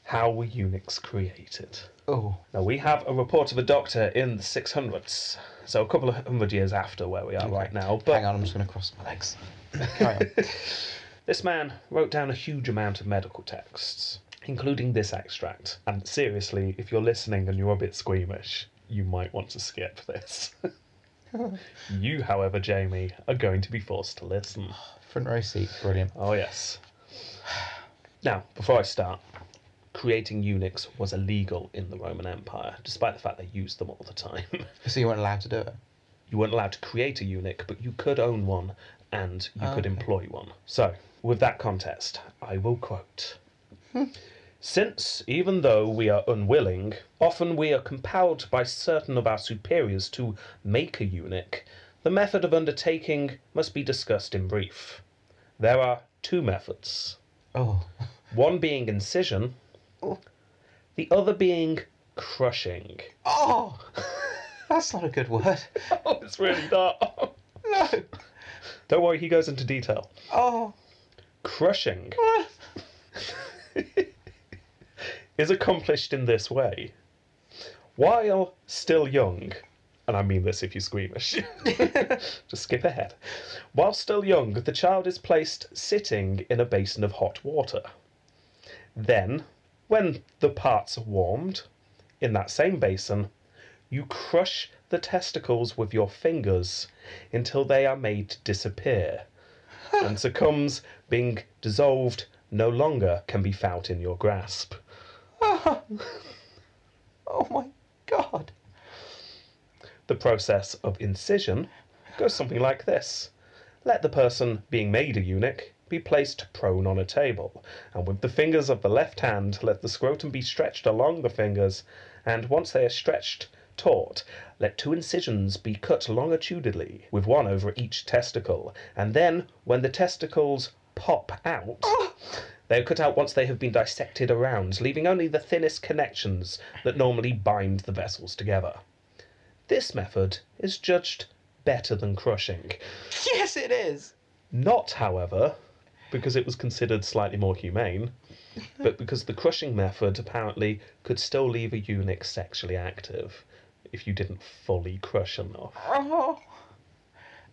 Speaker 3: How were eunuchs created?
Speaker 2: Oh,
Speaker 3: Now, we have a report of a doctor in the 600s, so a couple of hundred years after where we are right now. But
Speaker 2: hang on. I'm just gonna cross my legs. <laughs> Carry on.
Speaker 3: This man wrote down a huge amount of medical texts, including this extract. And seriously, if you're listening and you're a bit squeamish, you might want to skip this. you, however, Jamie, are going to be forced to listen.
Speaker 2: Front row seat. Brilliant.
Speaker 3: Oh, yes. Now, before I start, creating eunuchs was illegal in the Roman Empire, despite the fact they used them all the time. <laughs>
Speaker 2: So you weren't allowed to do it.
Speaker 3: you weren't allowed to create a eunuch, but you could own one and you could
Speaker 2: Okay.
Speaker 3: employ one. So, with that context, I will quote
Speaker 2: Hmm.
Speaker 3: Since, even though we are unwilling, often we are compelled by certain of our superiors to make a eunuch, the method of undertaking must be discussed in brief. There are two methods
Speaker 2: Oh, <laughs>
Speaker 3: one being incision,
Speaker 2: Oh.
Speaker 3: the other being crushing. <laughs>
Speaker 2: oh, <laughs> that's not a good word. <laughs>
Speaker 3: Oh, it's really not.
Speaker 2: No.
Speaker 3: <laughs> Don't worry, he goes into detail.
Speaker 2: Oh. <laughs>
Speaker 3: crushing is accomplished in this way. While still young, and I mean this if you're squeamish, <laughs> just skip ahead. While still young, the child is placed sitting in a basin of hot water. Then, when the parts are warmed, in that same basin, you crush the testicles with your fingers until they are made to disappear and succumbs, being dissolved, no longer can be felt in your grasp.
Speaker 2: Oh my God.
Speaker 3: The process of incision goes something like this Let the person being made a eunuch be placed prone on a table, and with the fingers of the left hand, let the scrotum be stretched along the fingers, and once they are stretched, taut, let two incisions be cut longitudinally, with one over each testicle, and then, when the testicles pop out, They are cut out once they have been dissected around, leaving only the thinnest connections that normally bind the vessels together. This method is judged better than crushing.
Speaker 2: Yes, it is.
Speaker 3: Not, however, because it was considered slightly more humane, but because the crushing method apparently could still leave a eunuch sexually active if you didn't fully crush enough.
Speaker 2: Oh,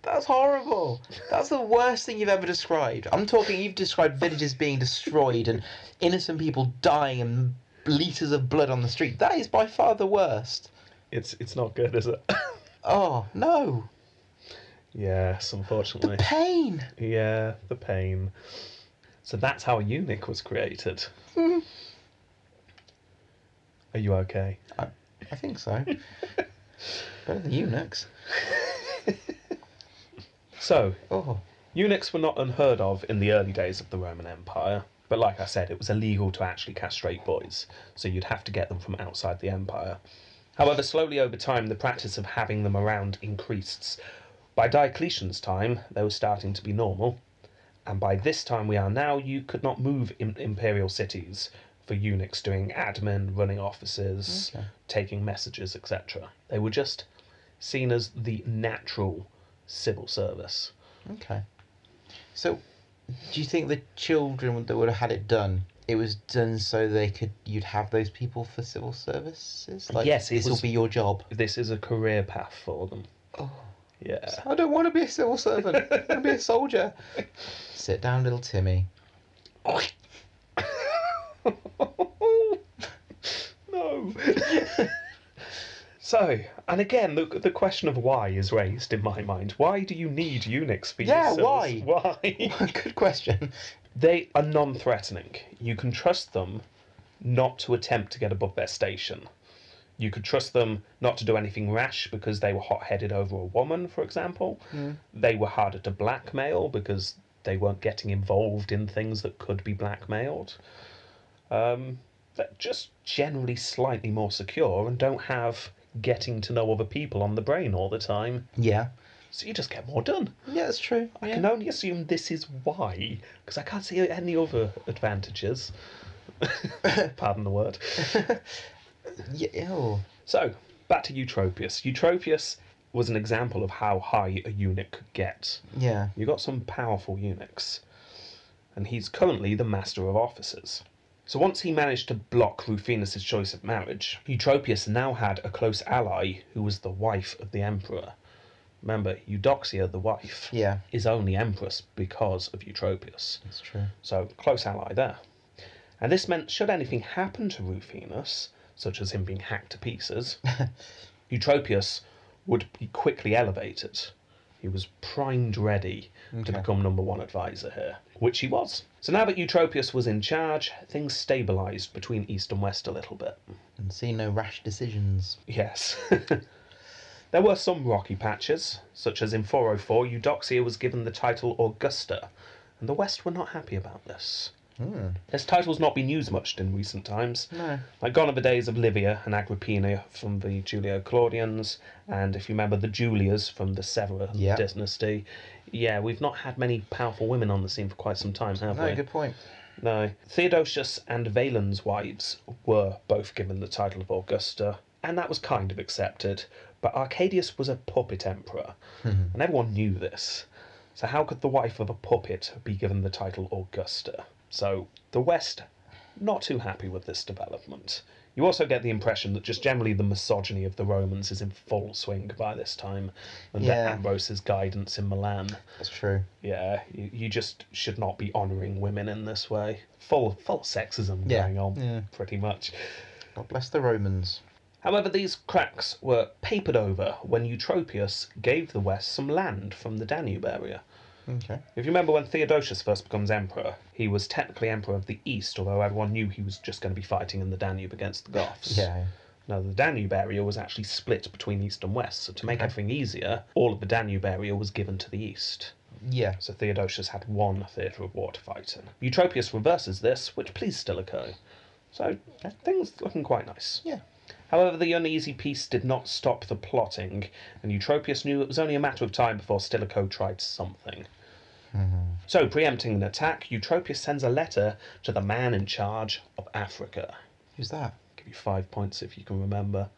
Speaker 2: that's horrible. That's the worst thing you've ever described. I'm talking, you've described villages being destroyed and innocent people dying and litres of blood on the street. That is by far the worst.
Speaker 3: It's it's not good, is it? <laughs>
Speaker 2: Oh, no.
Speaker 3: yes, unfortunately.
Speaker 2: Pain.
Speaker 3: Yeah, the pain. So that's how a eunuch was created. Are you okay?
Speaker 2: I, I think so. Better than eunuchs.
Speaker 3: So,
Speaker 2: Oh,
Speaker 3: eunuchs were not unheard of in the early days of the Roman Empire, but like I said, it was illegal to actually castrate boys, so you'd have to get them from outside the empire. However, slowly over time, the practice of having them around increased. By Diocletian's time, they were starting to be normal, and by this time we are now, you could not move in imperial cities for eunuchs doing admin, running offices,
Speaker 2: Okay.
Speaker 3: taking messages, etc. They were just seen as the natural civil service.
Speaker 2: okay. So, do you think the children that would have had it done, it was done so they could you'd have those people for civil services. Like,
Speaker 3: Yes, it
Speaker 2: this will
Speaker 3: was-
Speaker 2: be your job.
Speaker 3: This is a career path for them.
Speaker 2: Oh, <laughs>
Speaker 3: Yeah.
Speaker 2: I don't want to be a civil servant. I want to be a soldier. <laughs> Sit down, little Timmy.
Speaker 3: no. so, and again, the, the question of why is raised in my mind. Why do you need Unix for
Speaker 2: Yeah,
Speaker 3: yourselves? Why?
Speaker 2: <laughs> Good question.
Speaker 3: they are non threatening. You can trust them not to attempt to get above their station. You could trust them not to do anything rash because they were hot headed over a woman, for example. They were harder to blackmail because they weren't getting involved in things that could be blackmailed. Um, they're just generally slightly more secure and don't have getting to know other people on the brain all the time.
Speaker 2: Yeah.
Speaker 3: So you just get more done.
Speaker 2: Yeah, that's true.
Speaker 3: I
Speaker 2: yeah.
Speaker 3: can only assume this is why, because I can't see any other advantages. <laughs> Pardon the word.
Speaker 2: Yeah, ew.
Speaker 3: So, back to Eutropius. Eutropius was an example of how high a eunuch could get.
Speaker 2: Yeah.
Speaker 3: You got some powerful eunuchs, and he's currently the master of officers. So, once he managed to block Rufinus's choice of marriage, Eutropius now had a close ally who was the wife of the emperor. Remember, Eudoxia, the wife,
Speaker 2: Yeah.
Speaker 3: is only empress because of Eutropius.
Speaker 2: That's true.
Speaker 3: So, close ally there. And this meant, should anything happen to Rufinus, such as him being hacked to pieces, Eutropius would be quickly elevated. He was primed ready to
Speaker 2: Okay.
Speaker 3: become number one advisor here, which he was. So now that Eutropius was in charge, things stabilised between East and West a little bit.
Speaker 2: And see no rash decisions.
Speaker 3: Yes. <laughs> there were some rocky patches, such as in 404, Eudoxia was given the title Augusta, and the West were not happy about this. This title's not been used much in recent times.
Speaker 2: Hmm. No.
Speaker 3: Like gone are the days of Livia and Agrippina from the Julio Claudians, and if you remember the Julias from the Severan
Speaker 2: Yeah.
Speaker 3: dynasty. Yeah, we've not had many powerful women on the scene for quite some time, have
Speaker 2: No,
Speaker 3: we?
Speaker 2: good point.
Speaker 3: No. Theodosius and Valen's wives were both given the title of Augusta, and that was kind of accepted. But Arcadius was a puppet emperor, and everyone knew this. So, how could the wife of a puppet be given the title Augusta? So, the West, not too happy with this development. You also get the impression that just generally the misogyny of the Romans is in full swing by this time, under
Speaker 2: Yeah.
Speaker 3: Ambrose's guidance in Milan.
Speaker 2: That's true.
Speaker 3: Yeah, you, you just should not be honouring women in this way. Full full sexism
Speaker 2: Yeah,
Speaker 3: going on,
Speaker 2: yeah.
Speaker 3: pretty much.
Speaker 2: God bless the Romans.
Speaker 3: However, these cracks were papered over when Eutropius gave the West some land from the Danube area.
Speaker 2: Okay.
Speaker 3: If you remember when Theodosius first becomes emperor, he was technically emperor of the East, although everyone knew he was just going to be fighting in the Danube against the Goths.
Speaker 2: Yeah.
Speaker 3: Now, the Danube area was actually split between East and West, so to make everything easier, all of the Danube area was given to the East.
Speaker 2: Yeah.
Speaker 3: So Theodosius had one theatre of war to fight in. Eutropius reverses this, which pleas still occur. So things looking quite nice.
Speaker 2: Yeah.
Speaker 3: However, the uneasy peace did not stop the plotting, and Eutropius knew it was only a matter of time before Stilicho tried something. So, preempting an attack, Eutropius sends a letter to the man in charge of Africa.
Speaker 2: Who's that?
Speaker 3: give you five points if you can remember.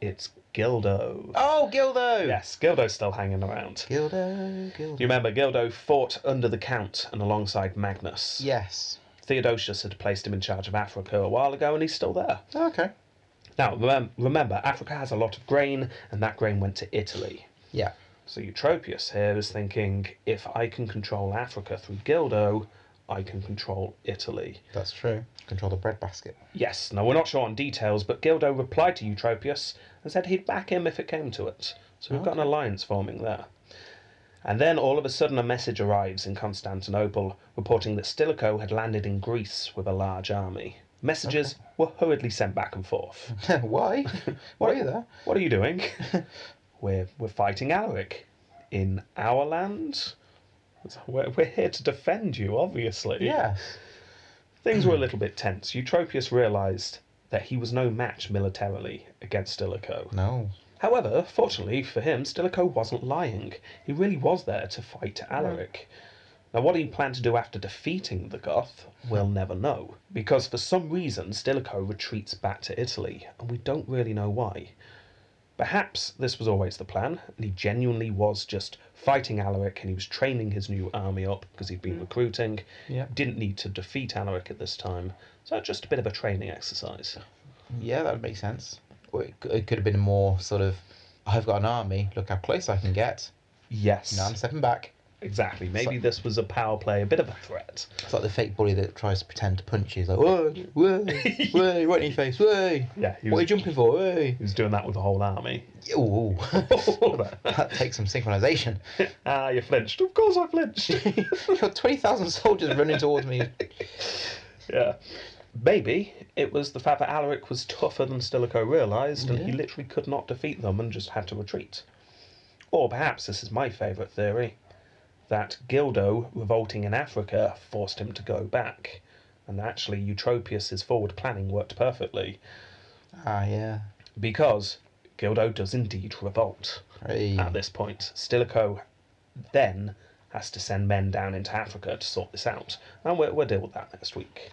Speaker 3: It's Gildo.
Speaker 2: Oh, Gildo!
Speaker 3: Yes, Gildo's still hanging around.
Speaker 2: Gildo, Gildo.
Speaker 3: You remember Gildo fought under the Count and alongside Magnus.
Speaker 2: Yes.
Speaker 3: Theodosius had placed him in charge of Africa a while ago and he's still there.
Speaker 2: Oh, Okay.
Speaker 3: Now, remem- remember, Africa has a lot of grain and that grain went to Italy.
Speaker 2: Yeah.
Speaker 3: So Eutropius here is thinking if I can control Africa through Gildo, I can control Italy.
Speaker 2: That's true. Control the breadbasket. <laughs>
Speaker 3: Yes, now we're not sure on details, but Gildo replied to Eutropius and said he'd back him if it came to it. So we've got an alliance forming there. And then all of a sudden a message arrives in Constantinople reporting that Stilicho had landed in Greece with a large army. Messages were hurriedly sent back and forth.
Speaker 2: <laughs> Why? Why are you there?
Speaker 3: What are you doing? we're, we're fighting Alaric in our land. We're, we're here to defend you, obviously.
Speaker 2: Yes.
Speaker 3: Things were a little bit tense. Eutropius realised that he was no match militarily against Stilicho.
Speaker 2: No.
Speaker 3: However, fortunately for him, Stilicho wasn't lying. He really was there to fight Alaric. Now, what he planned to do after defeating the Goth, we'll never know. Because for some reason, Stilicho retreats back to Italy, and we don't really know why. Perhaps this was always the plan, and he genuinely was just fighting Alaric and he was training his new army up because he'd been recruiting.
Speaker 2: Hmm. Yeah.
Speaker 3: Didn't need to defeat Alaric at this time, so just a bit of a training exercise.
Speaker 2: Yeah, that would make sense. Or it, c- it could have been more sort of, I've got an army, look how close I can get.
Speaker 3: Yes.
Speaker 2: Now I'm stepping back.
Speaker 3: Exactly. Maybe this was a power play, a bit of a threat.
Speaker 2: It's like the fake bully that tries to pretend to punch you. He's like, whoa, whoa,
Speaker 3: <laughs>
Speaker 2: whoa, right in your face, whoa.
Speaker 3: Yeah, he
Speaker 2: What are
Speaker 3: was,
Speaker 2: you jumping for? Whoa.
Speaker 3: he was doing that with the whole army.
Speaker 2: Ooh. <laughs> that takes some
Speaker 3: <laughs>
Speaker 2: synchronization.
Speaker 3: ah, you flinched. Of course I flinched.
Speaker 2: You've got 20,000 soldiers running towards me.
Speaker 3: yeah. Maybe it was the fact that Alaric was tougher than Stilicho realised and he
Speaker 2: Yeah.
Speaker 3: literally could not defeat them and just had to retreat. Or perhaps, this is my favourite theory, that Gildo revolting in Africa forced him to go back. And actually, Eutropius' forward planning worked perfectly
Speaker 2: Ah, yeah.
Speaker 3: because Gildo does indeed revolt.
Speaker 2: Hey.
Speaker 3: at this point. Stilicho then has to send men down into Africa to sort this out, and we'll, we'll deal with that next week.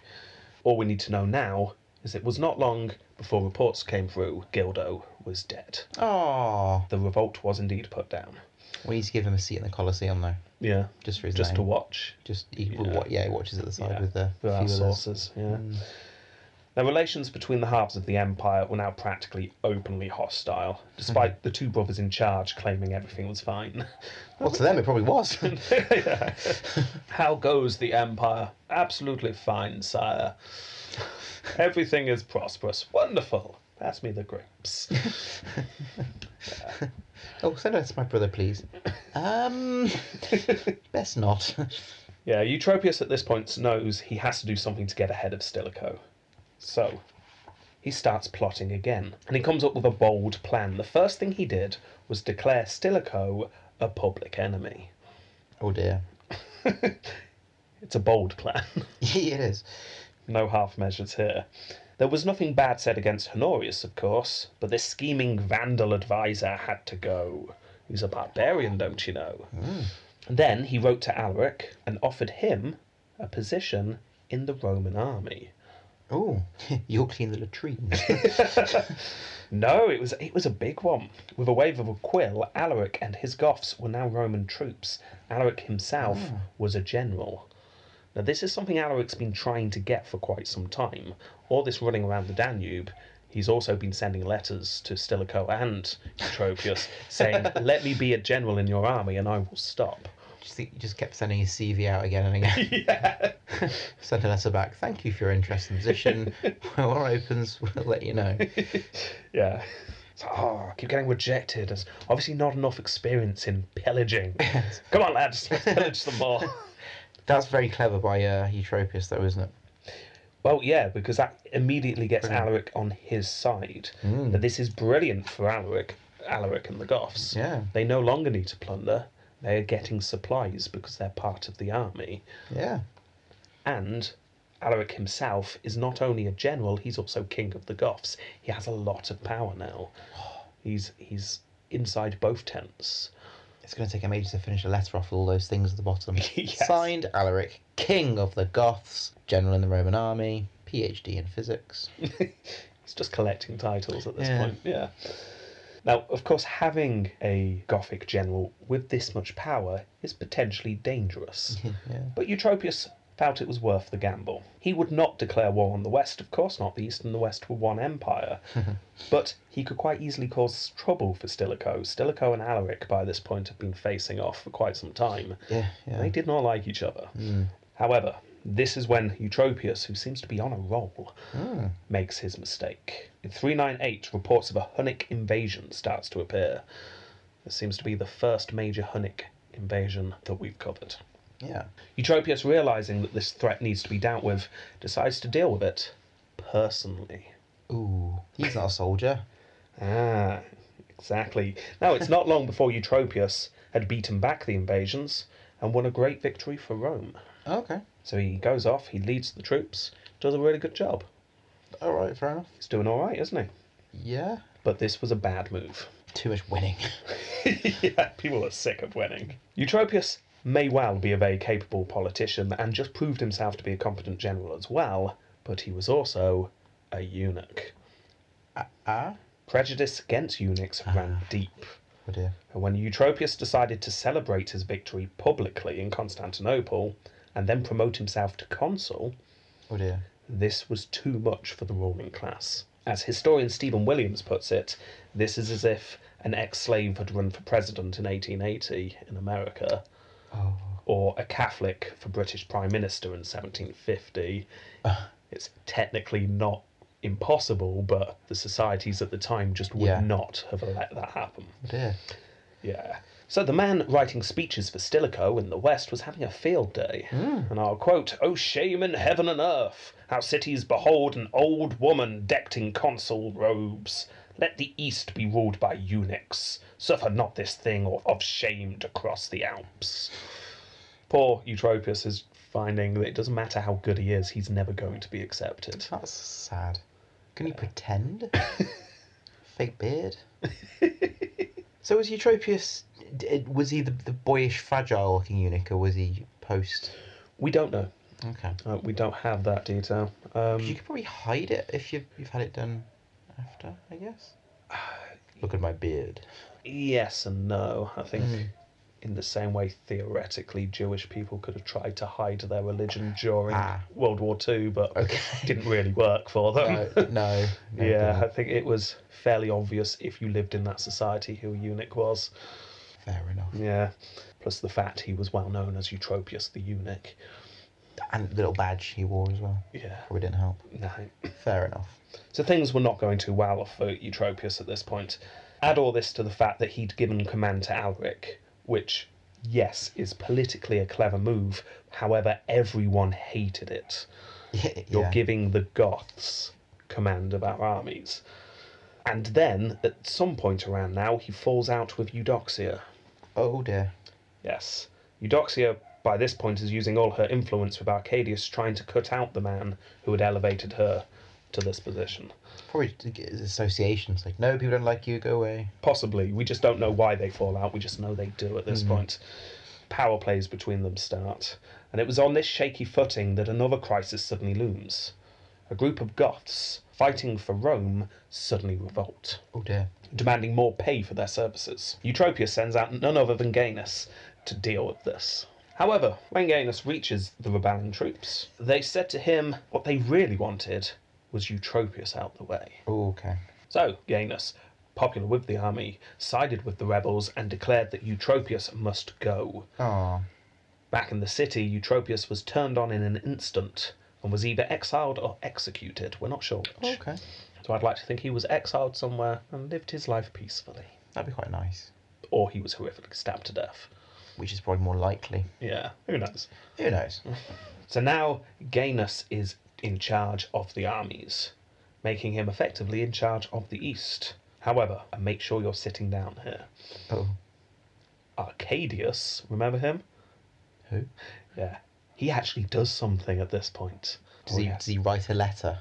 Speaker 3: All we need to know now is it was not long before reports came through Gildo was dead.
Speaker 2: Oh,
Speaker 3: The revolt was indeed put down.
Speaker 2: we need to give him a seat in the Colosseum though,
Speaker 3: Yeah,
Speaker 2: just for his
Speaker 3: just
Speaker 2: name.
Speaker 3: to watch.
Speaker 2: Just he,
Speaker 3: Yeah.
Speaker 2: yeah. What, yeah, he watches at the side
Speaker 3: Yeah,
Speaker 2: with the
Speaker 3: There are
Speaker 2: few others.
Speaker 3: sources. Yeah. The relations between the halves of the empire were now practically openly hostile, despite the two brothers in charge claiming everything was fine.
Speaker 2: Well, to them it probably was.
Speaker 3: <laughs> Yeah. <laughs> How goes the empire? Absolutely fine, sire. Everything is prosperous. Wonderful. Pass me the grapes.
Speaker 2: oh, send that to my brother, please.
Speaker 3: <laughs>
Speaker 2: Um, best not.
Speaker 3: yeah, Eutropius at this point knows he has to do something to get ahead of Stilicho. So, he starts plotting again, and he comes up with a bold plan. The first thing he did was declare Stilicho a public enemy.
Speaker 2: Oh dear. <laughs>
Speaker 3: It's a bold plan. <laughs>
Speaker 2: Yeah, it is.
Speaker 3: No half measures here. There was nothing bad said against Honorius, of course, but this scheming vandal advisor had to go. He was a barbarian, don't you know? And Then he wrote to Alaric and offered him a position in the Roman army.
Speaker 2: Oh, <laughs> you'll clean the latrine. <laughs>
Speaker 3: No, it was it was a big one. With a wave of a quill, Alaric and his Goths were now Roman troops. Alaric himself was a general. Now this is something Alaric's been trying to get for quite some time. All this running around the Danube, he's also been sending letters to Stilicho and Eutropius saying, "Let me be a general in your army, and I will stop."
Speaker 2: just think you just kept sending his CV out again and again.
Speaker 3: <laughs> Yeah.
Speaker 2: <laughs> Send a letter back. Thank you for your interest in the
Speaker 3: <laughs>
Speaker 2: position. When war opens, we'll let you know.
Speaker 3: Yeah. It's, oh, I keep getting rejected. There's obviously not enough experience in pillaging. Come on, lads, let's pillage some more.
Speaker 2: That's very clever by uh, Eutropius, though, isn't it?
Speaker 3: Well, yeah, because that immediately gets
Speaker 2: Brilliant. Hmm.
Speaker 3: Alaric on his side. But this is brilliant for Alaric, Alaric and the Goths.
Speaker 2: Yeah.
Speaker 3: They no longer need to plunder. They are getting supplies because they're part of the army.
Speaker 2: Yeah.
Speaker 3: And Alaric himself is not only a general, he's also king of the Goths. He has a lot of power now. He's he's inside both tents.
Speaker 2: It's going to take him ages to finish a letter off with all those things at the bottom.
Speaker 3: <laughs> Yes.
Speaker 2: Signed Alaric, King of the Goths, General in the Roman Army, PhD in Physics. <laughs>
Speaker 3: It's just collecting titles at this
Speaker 2: Yeah.
Speaker 3: point. Yeah. Now, of course, having a Gothic general with this much power is potentially dangerous.
Speaker 2: yeah.
Speaker 3: but Eutropius felt it was worth the gamble. He would not declare war on the West, of course not. The East and the West were
Speaker 2: <laughs>
Speaker 3: one empire. but he could quite easily cause trouble for Stilicho. Stilicho and Alaric, by this point, have been facing off for quite some time.
Speaker 2: Yeah, yeah.
Speaker 3: They did not like each other. However, this is when Eutropius, who seems to be on a roll, makes his mistake. In 398, reports of a Hunnic invasion starts to appear. This seems to be the first major Hunnic invasion that we've covered.
Speaker 2: Yeah.
Speaker 3: Eutropius, realizing that this threat needs to be dealt with, decides to deal with it personally.
Speaker 2: Ooh, he's not a soldier.
Speaker 3: Ah, exactly. Now, it's not long before Eutropius had beaten back the invasions and won a great victory for Rome.
Speaker 2: Okay.
Speaker 3: So he goes off, he leads the troops, does a really good job.
Speaker 2: All right, fair enough.
Speaker 3: He's doing all right, isn't he?
Speaker 2: Yeah.
Speaker 3: But this was a bad move.
Speaker 2: Too much winning.
Speaker 3: <laughs> yeah, people are sick of winning. Eutropius may well be a very capable politician and just proved himself to be a competent general as well, but he was also a Ah. eunuch.
Speaker 2: Ah?
Speaker 3: Prejudice against eunuchs ran deep.
Speaker 2: Oh dear.
Speaker 3: And when Eutropius decided to celebrate his victory publicly in Constantinople and then promote himself to consul,
Speaker 2: Oh dear.
Speaker 3: this was too much for the ruling class. As historian Stephen Williams puts it, this is as if an ex slave had run for president in 1880 in America,
Speaker 2: Oh.
Speaker 3: or a Catholic for British Prime Minister
Speaker 2: <sighs>
Speaker 3: in 1750. It's technically not impossible, but the societies at the time just would
Speaker 2: Yeah.
Speaker 3: not have let that happen.
Speaker 2: Oh dear.
Speaker 3: Yeah. So the man writing speeches for Stilicho in the West was having a field day. And I'll quote, O shame in heaven and earth, how cities behold an old woman decked in consul robes. Let the East be ruled by eunuchs. Suffer not this thing of of shame to cross the Alps. Poor Eutropius is finding that it doesn't matter how good he is, he's never going to be accepted.
Speaker 2: That's sad. Can you <laughs> pretend? Fake <laughs> beard. so was Eutropius? d- Was he the, the boyish, fragile-looking eunuch, or was he post?
Speaker 3: We don't know.
Speaker 2: Okay.
Speaker 3: Uh, we don't have that detail.
Speaker 2: You
Speaker 3: Um,
Speaker 2: could probably hide it if you've you've had it done after, I guess. Look at my <laughs> beard.
Speaker 3: Yes and no. I think,
Speaker 2: Hmm.
Speaker 3: in the same way, theoretically, Jewish people could have tried to hide their religion during
Speaker 2: Ah.
Speaker 3: World War Two, but
Speaker 2: Okay.
Speaker 3: didn't really work for
Speaker 2: No,
Speaker 3: them.
Speaker 2: no. no, it
Speaker 3: <laughs> yeah, I
Speaker 2: didn't.
Speaker 3: think it was fairly obvious if you lived in that society who a eunuch was.
Speaker 2: Fair enough.
Speaker 3: Yeah. Plus the fact he was well known as Eutropius the eunuch.
Speaker 2: And the little badge he wore as well.
Speaker 3: Yeah.
Speaker 2: Probably didn't help.
Speaker 3: No.
Speaker 2: Fair enough. <laughs>
Speaker 3: So things were not going too well for Eutropius at this point. Add all this to the fact that he'd given command to Alaric, which, yes, is politically a clever move. However, everyone hated it.
Speaker 2: Yeah.
Speaker 3: You're
Speaker 2: yeah.
Speaker 3: giving the Goths command of our armies. And then, at some point around now, he falls out with Eudoxia.
Speaker 2: Oh dear.
Speaker 3: Yes. Eudoxia, by this point, is using all her influence with Arcadius trying to cut out the man who had elevated her to this position.
Speaker 2: Probably to get his associations. Like, no, people don't like you. Go away.
Speaker 3: Possibly. We just don't know why they fall out. We just know they do at this point. Power plays between them start. And it was on this shaky footing that another crisis suddenly looms. A group of Goths fighting for Rome suddenly revolt,
Speaker 2: Oh dear.
Speaker 3: demanding more pay for their services. Eutropius sends out none other than Gaius to deal with this. However, when Gaius reaches the rebelling troops, they said to him what they really wanted was Eutropius out the way.
Speaker 2: Oh, okay.
Speaker 3: So, Gaius, popular with the army, sided with the rebels and declared that Eutropius must go.
Speaker 2: Oh,
Speaker 3: Back in the city, Eutropius was turned on in an instant and was either exiled or executed. We're not sure which.
Speaker 2: okay.
Speaker 3: So, I'd like to think he was exiled somewhere and lived his life peacefully.
Speaker 2: That'd be quite nice.
Speaker 3: Or he was horrifically stabbed to death.
Speaker 2: Which is probably more likely.
Speaker 3: Yeah, who knows?
Speaker 2: Who knows?
Speaker 3: So now Gaius is in charge of the armies, making him effectively in charge of the east. However, and make sure you're sitting down here.
Speaker 2: Oh,
Speaker 3: Arcadius, remember him?
Speaker 2: who?
Speaker 3: Yeah. He actually does something at this point.
Speaker 2: Does he, does he write a letter?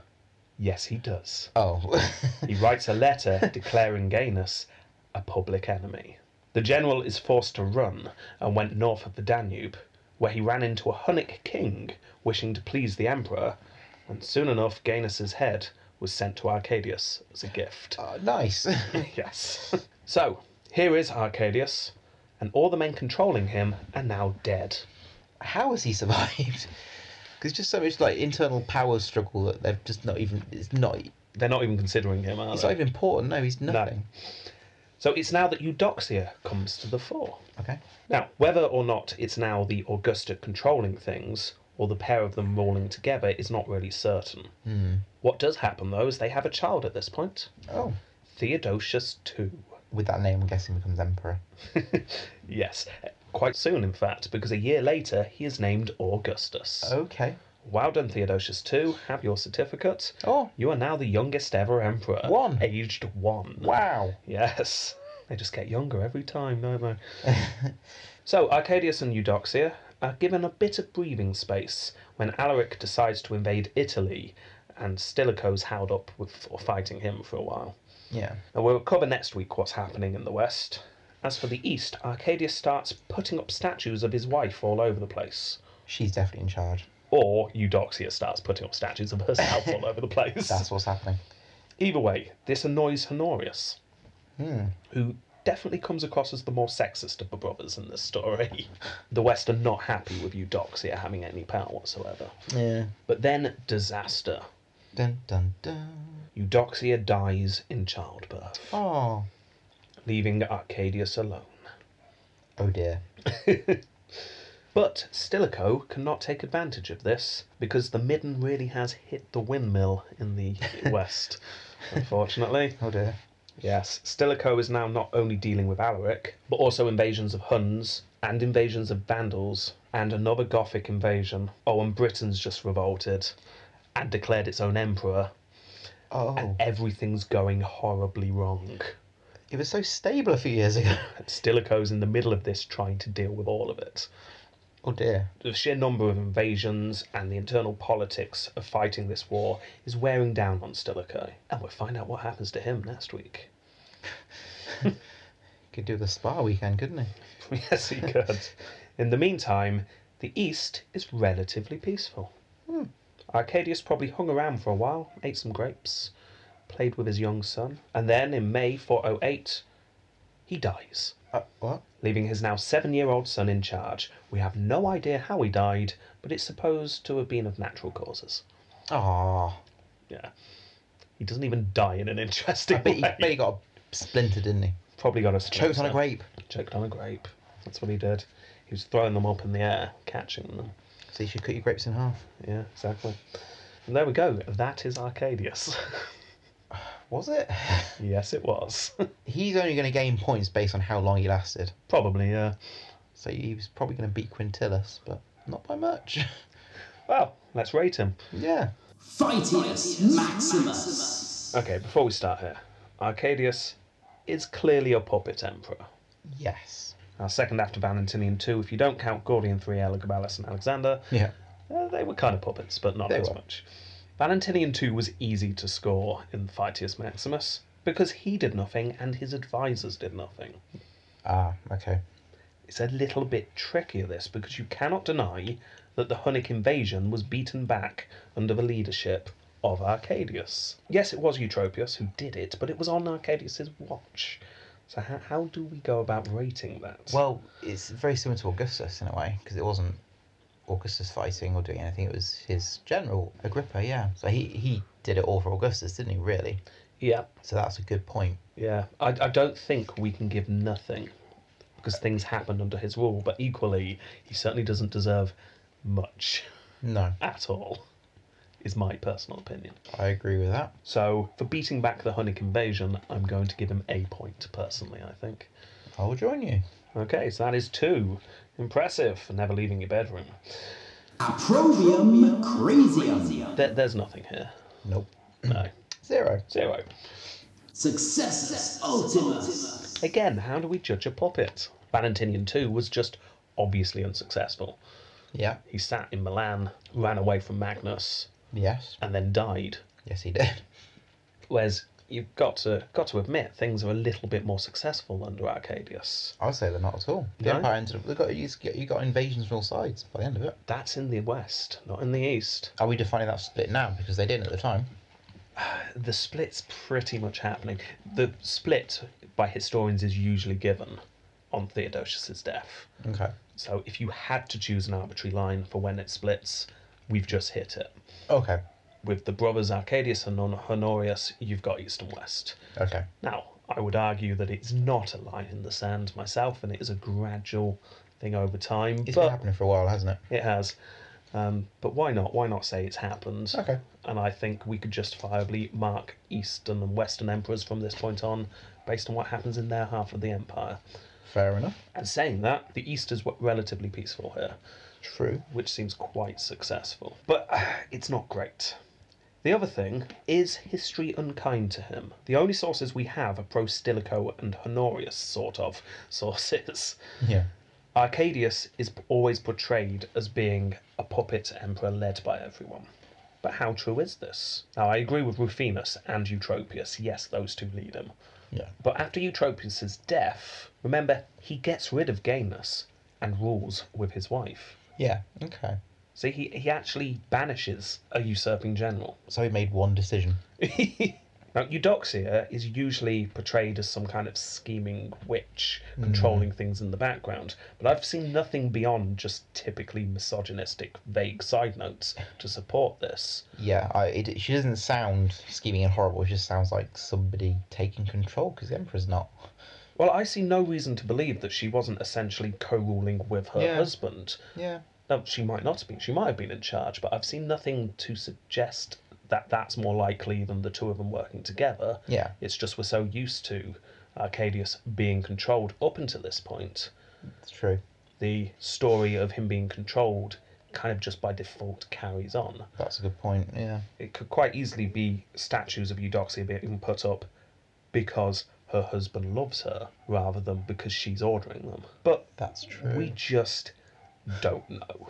Speaker 3: Yes, he does.
Speaker 2: Oh, <laughs>
Speaker 3: He writes a letter <laughs> declaring Gaius a public enemy. The general is forced to run and went north of the Danube, where he ran into a Hunnic king wishing to please the emperor, and soon enough Gaius's head was sent to Arcadius as a gift.
Speaker 2: oh nice. <laughs>
Speaker 3: Yes. <laughs> so, here is Arcadius, and all the men controlling him are now dead.
Speaker 2: How has he survived? <laughs> Because just so much like internal power struggle that they've just not even. It's not. He's
Speaker 3: They're not even considering him, are
Speaker 2: not
Speaker 3: they?
Speaker 2: even important. No, he's nothing.
Speaker 3: So it's now that Eudoxia comes to the fore.
Speaker 2: Okay.
Speaker 3: Now, whether or not it's now the Augusta controlling things, or the pair of them ruling together, is not really certain.
Speaker 2: Hmm.
Speaker 3: What does happen, though, is they have a child at this point
Speaker 2: Oh,
Speaker 3: Theodosius II.
Speaker 2: with that name, I'm guessing becomes emperor.
Speaker 3: Yes, quite soon, in fact, because a year later he is named Augustus.
Speaker 2: Okay.
Speaker 3: Well done, Theodosius II. Have your certificate.
Speaker 2: Oh.
Speaker 3: You are now the youngest ever emperor.
Speaker 2: One.
Speaker 3: Aged one.
Speaker 2: Wow.
Speaker 3: Yes. They just get younger every time, don't they? so, Arcadius and Eudoxia are given a bit of breathing space when Alaric decides to invade Italy and Stilicho's held up with for fighting him for a while.
Speaker 2: Yeah.
Speaker 3: And we'll cover next week what's happening in the West. As for the East, Arcadius starts putting up statues of his wife all over the place.
Speaker 2: She's definitely in charge.
Speaker 3: Or Eudoxia starts putting up statues of herself all over the place.
Speaker 2: That's what's happening.
Speaker 3: Either way, this annoys Honorius, who definitely comes across as the more sexist of the brothers in this story. <laughs> the West are not happy with Eudoxia having any power whatsoever.
Speaker 2: Yeah.
Speaker 3: But then, disaster.
Speaker 2: Dun dun dun.
Speaker 3: Eudoxia dies in childbirth,
Speaker 2: Oh.
Speaker 3: leaving Arcadius alone.
Speaker 2: Oh dear.
Speaker 3: But Stilicho cannot take advantage of this because the midden really has hit the windmill in the west, unfortunately.
Speaker 2: Oh dear.
Speaker 3: Yes, Stilicho is now not only dealing with Alaric, but also invasions of Huns and invasions of Vandals and another Gothic invasion. Oh, and Britain's just revolted and declared its own emperor.
Speaker 2: Oh.
Speaker 3: Everything's going horribly wrong.
Speaker 2: It was so stable a few years ago. <laughs>
Speaker 3: Stilicho's in the middle of this trying to deal with all of it.
Speaker 2: Oh dear.
Speaker 3: the sheer number of invasions and the internal politics of fighting this war is wearing down on Stilicho, and we'll find out what happens to him next week.
Speaker 2: Could do the spa weekend, couldn't he?
Speaker 3: <laughs> yes, he could. In the meantime, the East is relatively peaceful.
Speaker 2: Hmm.
Speaker 3: Arcadius probably hung around for a while, ate some grapes, played with his young son, and then in May 408, he dies.
Speaker 2: Uh, what?
Speaker 3: leaving his now seven year old son in charge. We have no idea how he died, but it's supposed to have been of natural causes.
Speaker 2: Oh.
Speaker 3: Yeah. He doesn't even die in an interesting
Speaker 2: I bet he,
Speaker 3: way.
Speaker 2: bet he got a splinter, didn't he?
Speaker 3: Probably got a
Speaker 2: Choked on a
Speaker 3: splinter.
Speaker 2: grape.
Speaker 3: Choked on a grape. That's what he did. He was throwing them up in the air, catching them.
Speaker 2: So you should cut your grapes in half.
Speaker 3: Yeah, exactly. And there we go. That is Arcadius. <laughs>
Speaker 2: Was it? <laughs>
Speaker 3: yes, it was. <laughs>
Speaker 2: He's only going to gain points based on how long he lasted.
Speaker 3: Probably, uh, yeah.
Speaker 2: So he was probably going to beat Quintilis, but not by much. <laughs>
Speaker 3: Well, let's rate him.
Speaker 2: yeah.
Speaker 1: Fightius Maximus.
Speaker 3: Okay, before we start here, Arcadius is clearly a puppet emperor.
Speaker 2: Yes.
Speaker 3: Now, second after Valentinian II, if you don't count Gordian III, Elagabalus, and Alexander,
Speaker 2: Yeah.
Speaker 3: uh, they were kind of puppets, but not
Speaker 2: They
Speaker 3: as
Speaker 2: were.
Speaker 3: much. Valentinian II was easy to score in Fightius Maximus because he did nothing and his advisors did nothing.
Speaker 2: Ah, okay.
Speaker 3: It's a little bit trickier, this, because you cannot deny that the Hunnic invasion was beaten back under the leadership of Arcadius. Yes, it was Eutropius who did it, but it was on Arcadius's watch. So, how, how do we go about rating that?
Speaker 2: Well, it's very similar to Augustus in a way, because it wasn't Augustus fighting or doing anything. It was his general, Agrippa, yeah. So he, he did it all for Augustus, didn't he, really?
Speaker 3: yeah.
Speaker 2: So that's a good point.
Speaker 3: Yeah, I, I don't think we can give nothing because things happened under his rule, but equally, he certainly doesn't deserve much <laughs>
Speaker 2: No,
Speaker 3: at all, is my personal opinion.
Speaker 2: I agree with that.
Speaker 3: So, for beating back the Hunnic invasion, I'm going to give him a point personally, I think.
Speaker 2: I will join you.
Speaker 3: Okay, so that is two. Impressive for never leaving your bedroom.
Speaker 1: Approvium Crasium.
Speaker 3: There, there's nothing here.
Speaker 2: Nope.
Speaker 3: No.
Speaker 2: Zero.
Speaker 3: Zero.
Speaker 1: Successus Ultimus.
Speaker 3: Again, how do we judge a puppet? Valentinian II was just obviously unsuccessful.
Speaker 2: Yeah.
Speaker 3: He sat in Milan, ran away from Magnus,
Speaker 2: Yes.
Speaker 3: and then died.
Speaker 2: Yes, he did.
Speaker 3: Whereas you've got to got to admit things are a little bit more successful under Arcadius.
Speaker 2: <laughs> I'd say they're not at all. The
Speaker 3: No?
Speaker 2: Empire ended up. They got, you, just get- you got invasions from all sides by the end of it.
Speaker 3: That's in the west, not in the east.
Speaker 2: Are we defining that split now? Because they didn't at the time.
Speaker 3: The split's pretty much happening. The split by historians is usually given on Theodosius's death.
Speaker 2: Okay.
Speaker 3: So if you had to choose an arbitrary line for when it splits, we've just hit it.
Speaker 2: Okay.
Speaker 3: With the brothers Arcadius and Hon- Honorius, you've got east and west.
Speaker 2: Okay.
Speaker 3: Now, I would argue that it's not a line in the sand myself, and it is a gradual thing over time.
Speaker 2: It's been
Speaker 3: but
Speaker 2: happening for a while, hasn't it?
Speaker 3: It has. Um, but why not? Why not say it's happened?
Speaker 2: Okay.
Speaker 3: And I think we could justifiably mark Eastern and Western emperors from this point on based on what happens in their half of the empire.
Speaker 2: Fair enough.
Speaker 3: And saying that, the East is wa- relatively peaceful here,
Speaker 2: True.
Speaker 3: which seems quite successful. But <sighs> uh, it's not great. The other thing is history unkind to him. The only sources we have are pro Stilicho and Honorius sort of <laughs> sources.
Speaker 2: Yeah.
Speaker 3: Arcadius is p- always portrayed as being a puppet emperor led by everyone. But how true is this? Now, I agree with Rufinus and Eutropius. Yes, those two lead him.
Speaker 2: Yeah.
Speaker 3: But after Eutropius' death, remember, he gets rid of Gainas and rules with his wife.
Speaker 2: Yeah. Okay.
Speaker 3: See, he, he actually banishes a usurping general.
Speaker 2: So he made one decision.
Speaker 3: Now, Eudoxia is usually portrayed as some kind of scheming witch,
Speaker 2: Hmm.
Speaker 3: controlling things in the background, but I've seen nothing beyond just typically misogynistic, vague side notes to support this.
Speaker 2: Yeah, I, it, she doesn't sound scheming and horrible. She just sounds like somebody taking control because the Emperor's not.
Speaker 3: Well, I see no reason to believe that she wasn't essentially co ruling with her
Speaker 2: Yeah.
Speaker 3: husband.
Speaker 2: Yeah.
Speaker 3: Now, she might not have been, she might have been in charge, but I've seen nothing to suggest that that's more likely than the two of them working together.
Speaker 2: Yeah.
Speaker 3: It's just we're so used to Arcadius being controlled up until this point.
Speaker 2: It's true.
Speaker 3: The story of him being controlled kind of just by default carries on.
Speaker 2: That's a good point. Yeah.
Speaker 3: It could quite easily be statues of Eudoxia being put up because her husband loves her rather than because she's ordering them. But
Speaker 2: That's true.
Speaker 3: we just don't know.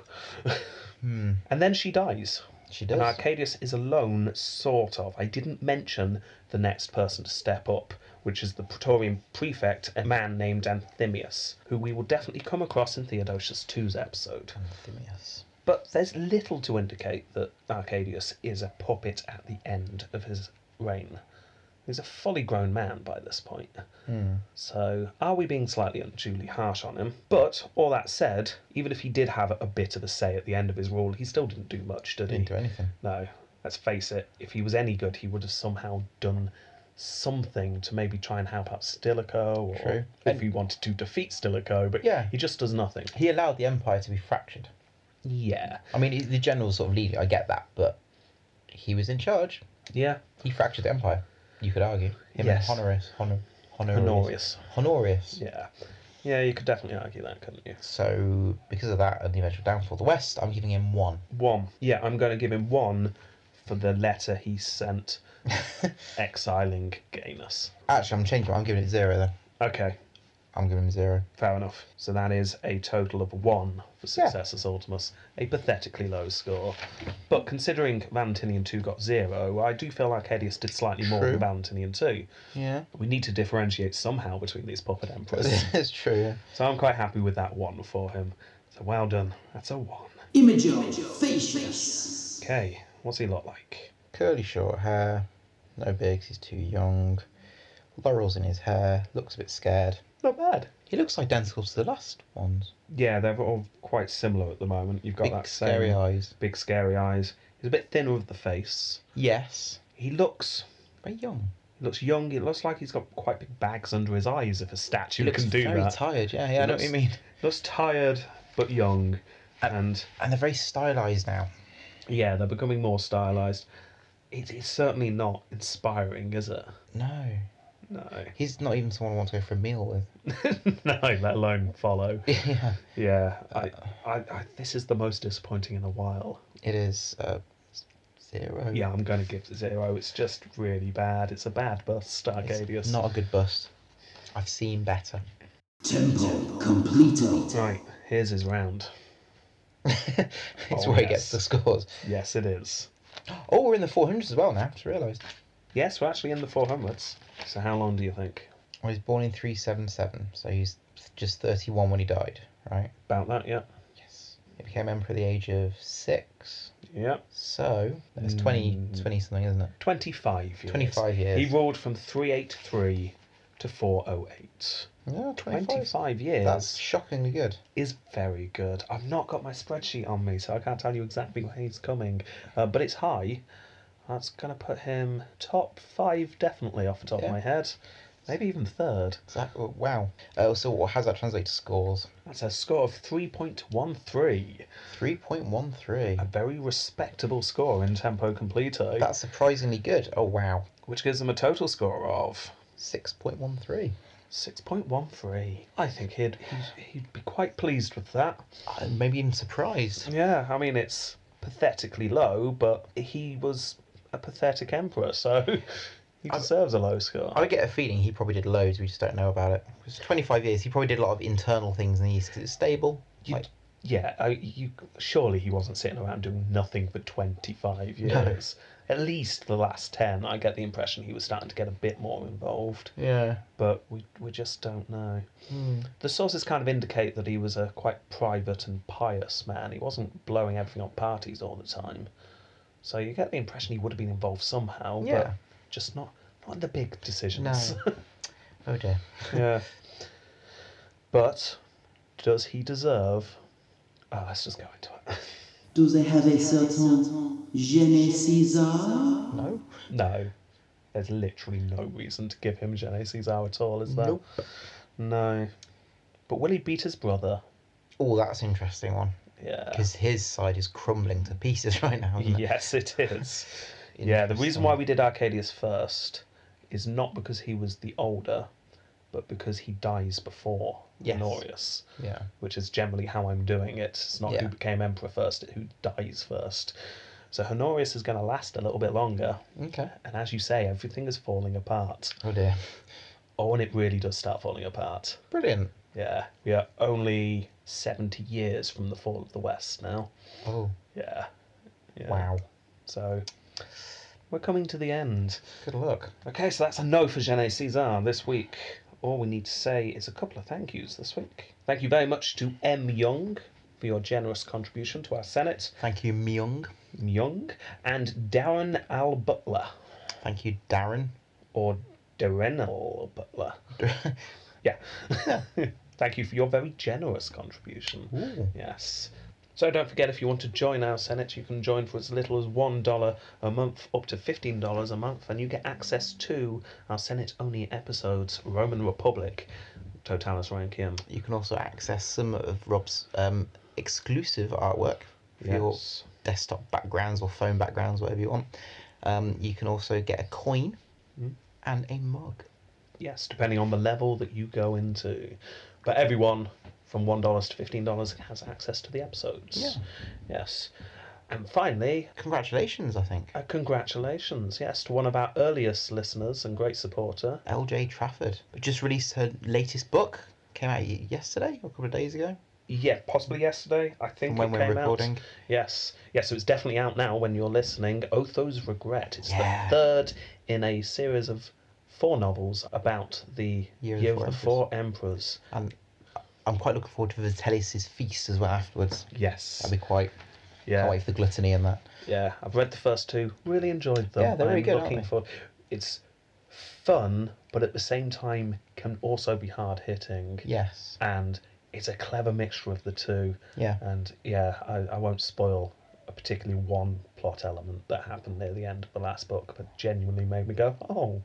Speaker 3: And then she dies.
Speaker 2: She
Speaker 3: And
Speaker 2: does.
Speaker 3: Arcadius is alone, sort of. I didn't mention the next person to step up, which is the Praetorian prefect, a man named Anthemius, who we will definitely come across in Theodosius II's episode.
Speaker 2: Hmm. Anthemius.
Speaker 3: But there's little to indicate that Arcadius is a puppet at the end of his reign. He's a fully grown man by this point.
Speaker 2: Hmm.
Speaker 3: So, are we being slightly unduly harsh on him? But, all that said, even if he did have a bit of a say at the end of his rule, he still didn't do much, did he?
Speaker 2: Didn't do anything.
Speaker 3: No, let's face it, if he was any good, he would have somehow done something to maybe try and help out Stilicho, or
Speaker 2: True.
Speaker 3: if he wanted to defeat Stilicho, but
Speaker 2: Yeah.
Speaker 3: he just does nothing.
Speaker 2: He allowed the Empire to be fractured.
Speaker 3: Yeah.
Speaker 2: I mean, he- the general sort of leader, I get that, but he was in charge.
Speaker 3: Yeah.
Speaker 2: He fractured the Empire, you could argue. Him
Speaker 3: Yes.
Speaker 2: and Honorius. Honor, Honorius.
Speaker 3: Honorius.
Speaker 2: Honorius.
Speaker 3: Yeah. Yeah, you could definitely argue that, couldn't you?
Speaker 2: So, because of that and the eventual downfall of the West, I'm giving him one.
Speaker 3: One. Yeah, I'm going to give him one for the letter he
Speaker 2: <laughs>
Speaker 3: sent exiling Gainus.
Speaker 2: Actually, I'm changing. I'm giving it zero then.
Speaker 3: Okay,
Speaker 2: I'm giving him zero.
Speaker 3: fair enough. So that is a total of one for
Speaker 2: Yeah.
Speaker 3: Successus Ultimus. A pathetically low score. But considering Valentinian 2 got zero, I do feel like Hedius did slightly more
Speaker 2: True.
Speaker 3: than Valentinian 2.
Speaker 2: <laughs> Yeah.
Speaker 3: We need to differentiate somehow between these puppet emperors.
Speaker 2: it's <laughs> true. Yeah.
Speaker 3: so I'm quite happy with that one for him. So well done. That's a one.
Speaker 1: Imago Facius.
Speaker 3: Okay, what's he look like?
Speaker 2: Curly short hair. No bigs. He's too young. Laurels in his hair. Looks a bit scared.
Speaker 3: Not bad.
Speaker 2: He looks identical to the last ones.
Speaker 3: Yeah, they're all quite similar at the moment. You've got
Speaker 2: Big
Speaker 3: that same
Speaker 2: scary eyes.
Speaker 3: big scary eyes. He's a bit thinner of the face.
Speaker 2: Yes.
Speaker 3: He looks
Speaker 2: Very young.
Speaker 3: he looks young. It looks like he's got quite big bags under his eyes. If a statue
Speaker 2: He looks
Speaker 3: can do
Speaker 2: very
Speaker 3: that,
Speaker 2: tired. Yeah, yeah. I know what you
Speaker 3: looks-
Speaker 2: mean.
Speaker 3: looks tired but young, and
Speaker 2: And they're very stylized now.
Speaker 3: yeah, they're becoming more stylized. It, it's certainly not inspiring, is it?
Speaker 2: No.
Speaker 3: No, <laughs>
Speaker 2: He's not even someone I want to go for a meal with. <laughs>
Speaker 3: no, let alone follow.
Speaker 2: yeah.
Speaker 3: Yeah, I, I, I, this is the most disappointing in a while.
Speaker 2: It is uh, zero.
Speaker 3: Yeah, I'm going to give it zero. It's just really bad. It's a bad bust,
Speaker 2: It's
Speaker 3: Stargadius.
Speaker 2: not a good bust. I've seen better. <laughs>
Speaker 1: Temple Completo.
Speaker 3: Right, here's his round.
Speaker 2: it's
Speaker 3: Oh,
Speaker 2: where he gets
Speaker 3: yes.
Speaker 2: the scores.
Speaker 3: Yes, it is.
Speaker 2: Oh, we're in the 400s as well now, just realised.
Speaker 3: Yes, we're actually in the 400s. So how long do you think?
Speaker 2: I was born in 377, so he's just 31 when he died, right?
Speaker 3: About that, yeah.
Speaker 2: Yes. He became emperor at the age of six.
Speaker 3: Yeah.
Speaker 2: So, that's
Speaker 3: Hmm.
Speaker 2: 20, 20 something, isn't it?
Speaker 3: 25 years.
Speaker 2: 25 years.
Speaker 3: He ruled from 383 to 408.
Speaker 2: Yeah, 25.
Speaker 3: 25 years
Speaker 2: That's shockingly good.
Speaker 3: is very good. I've not got my spreadsheet on me, so I can't tell you exactly where he's coming. Uh, but it's high. That's going to put him top five, definitely, off the top
Speaker 2: Yeah.
Speaker 3: of my head. Maybe even third.
Speaker 2: Is that, oh, wow. Uh, so, what- how does that translate to scores?
Speaker 3: That's a score of 3.13. A
Speaker 2: 3.13.
Speaker 3: very respectable score in tempo completo.
Speaker 2: That's surprisingly good. Oh, wow.
Speaker 3: which gives him a total score of
Speaker 2: 6.13.
Speaker 3: 6.13. I think he'd, he'd, he'd be quite pleased with that.
Speaker 2: Uh, maybe even surprised.
Speaker 3: Yeah, I mean, it's pathetically low, but he was a pathetic emperor, so <laughs> he deserves a low score.
Speaker 2: I get a feeling he probably did loads, we just don't know about it. 'Cause 25 years, he probably did a lot of internal things in the East because it's stable.
Speaker 3: You-
Speaker 2: like,
Speaker 3: yeah, I, you surely he wasn't sitting around doing nothing for 25 years. At least the last 10, I get the impression he was starting to get a bit more involved,
Speaker 2: yeah.
Speaker 3: but we, we just don't know.
Speaker 2: Hmm.
Speaker 3: The sources kind of indicate that he was a quite private and pious man. He wasn't blowing everything on parties all the time. So you get the impression he would have been involved somehow,
Speaker 2: Yeah.
Speaker 3: but just not, Not in the big <laughs> decisions.
Speaker 2: Oh dear.
Speaker 3: yeah. But does he deserve? Oh, let's just go into it. <laughs>
Speaker 4: Do they have a certain Gene Caesar?
Speaker 3: No. No. There's literally no reason to give him Gene Caesar at all, is there?
Speaker 2: Nope.
Speaker 3: No. But will he beat his brother?
Speaker 2: Oh, that's an interesting one.
Speaker 3: Yeah.
Speaker 2: Because his side is crumbling to pieces <laughs> right now.
Speaker 3: <laughs>
Speaker 2: Isn't it?
Speaker 3: Yes, it
Speaker 2: <laughs>
Speaker 3: is. yeah, the reason why we did Arcadius first is not because he was the older, but because he dies before
Speaker 2: Yes.
Speaker 3: Honorius,
Speaker 2: Yeah.
Speaker 3: which is generally how I'm doing it. It's not
Speaker 2: Yeah.
Speaker 3: who became emperor first, it's who dies first. So Honorius is going to last a little bit longer,
Speaker 2: Okay.
Speaker 3: and as you say, everything is falling apart.
Speaker 2: Oh dear.
Speaker 3: Oh, and it really does start falling apart.
Speaker 2: Brilliant.
Speaker 3: Yeah, we are only 70 years from the fall of the West now.
Speaker 2: Oh,
Speaker 3: Yeah. yeah.
Speaker 2: wow.
Speaker 3: So we're coming to the end.
Speaker 2: Good luck.
Speaker 3: Okay, so that's a no for Genet César this week. All we need to say is a couple of thank yous this week. Thank you very much to M. Young for your generous contribution to our Senate.
Speaker 2: Thank you, Myung.
Speaker 3: M. Young and Darren Al Butler,
Speaker 2: Thank you, Darren. <laughs>
Speaker 3: or Darenal Butler. Yeah. <laughs> Thank you for your very generous contribution.
Speaker 2: Ooh.
Speaker 3: Yes. So don't forget if you want to join our Senate, you can join for as little as $1 a month, up to $15 a month, and you get access to our Senate only episodes Roman Republic, Totalis Rankium.
Speaker 2: You can also access some of Rob's um, exclusive artwork for your
Speaker 3: Yes.
Speaker 2: desktop backgrounds or phone backgrounds, whatever you want. Um, you can also get a coin
Speaker 3: Hmm.
Speaker 2: and a mug.
Speaker 3: Yes, depending on the level that you go into. But everyone from $1 to $15 has access to the episodes.
Speaker 2: Yeah.
Speaker 3: Yes. And finally,
Speaker 2: Congratulations, I think.
Speaker 3: Uh, congratulations, yes, to one of our earliest listeners and great supporter.
Speaker 2: LJ Trafford just released her latest book. Came out y- yesterday or a couple of days ago.
Speaker 3: Yeah, possibly yesterday, I think.
Speaker 2: From when
Speaker 3: it
Speaker 2: we're
Speaker 3: came out.
Speaker 2: recording.
Speaker 3: Yes, yes, so it's definitely out now when you're listening. Otho's Regret. It's
Speaker 2: Yeah.
Speaker 3: the third in a series of four novels about the
Speaker 2: Year
Speaker 3: Year,
Speaker 2: of the
Speaker 3: of
Speaker 2: Four
Speaker 3: the Four Emperors.
Speaker 2: And I'm quite looking forward to Vitellius's feast as well afterwards.
Speaker 3: Yes.
Speaker 2: That'd be quite.
Speaker 3: yeah.
Speaker 2: Can't wait for the gluttony and that.
Speaker 3: Yeah, I've read the first two. Really enjoyed them.
Speaker 2: Yeah, they're really
Speaker 3: I'm
Speaker 2: good, aren't
Speaker 3: Looking
Speaker 2: they?
Speaker 3: forward. It's fun, but at the same time can also be hard hitting.
Speaker 2: Yes.
Speaker 3: And it's a clever mixture of the two.
Speaker 2: Yeah.
Speaker 3: And yeah, I, I won't spoil a particularly one plot element that happened near the end of the last book, but genuinely made me go, oh.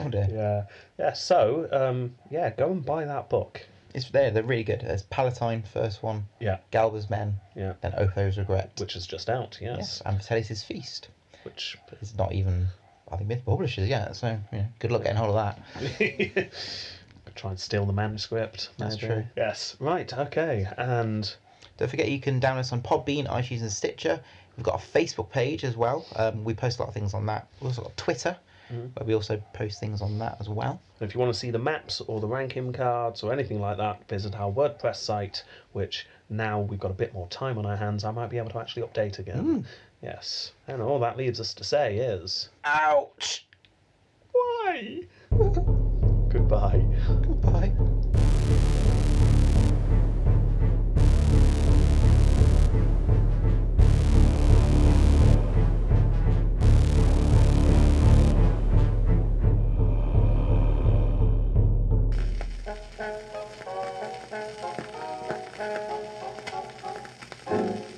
Speaker 2: Oh dear.
Speaker 3: yeah. Yeah, so, um, yeah, go and buy that book.
Speaker 2: It's there. They're really good. There's Palatine first one.
Speaker 3: Yeah.
Speaker 2: Galba's Men.
Speaker 3: Yeah.
Speaker 2: Then Otho's Regret.
Speaker 3: Which is just out,
Speaker 2: yes.
Speaker 3: yes.
Speaker 2: And Vitellius's feast.
Speaker 3: Which.
Speaker 2: It's not even. I think Myth Publishers yet. So you know, good luck getting hold of that.
Speaker 3: Could try and steal the manuscript.
Speaker 2: That's
Speaker 3: maybe.
Speaker 2: true.
Speaker 3: Yes, right, okay. And
Speaker 2: Don't forget you can download us on Podbean, iTunes, and Stitcher. We've got a Facebook page as well. Um, we post a lot of things on that. We've also got Twitter, where we also post things on that as well.
Speaker 3: if you want to see the maps or the ranking cards or anything like that, visit our WordPress site, which now we've got a bit more time on our hands, I might be able to actually update again. Yes. And all that leaves us to say is
Speaker 2: Ouch!
Speaker 3: Why? Goodbye.
Speaker 2: Goodbye.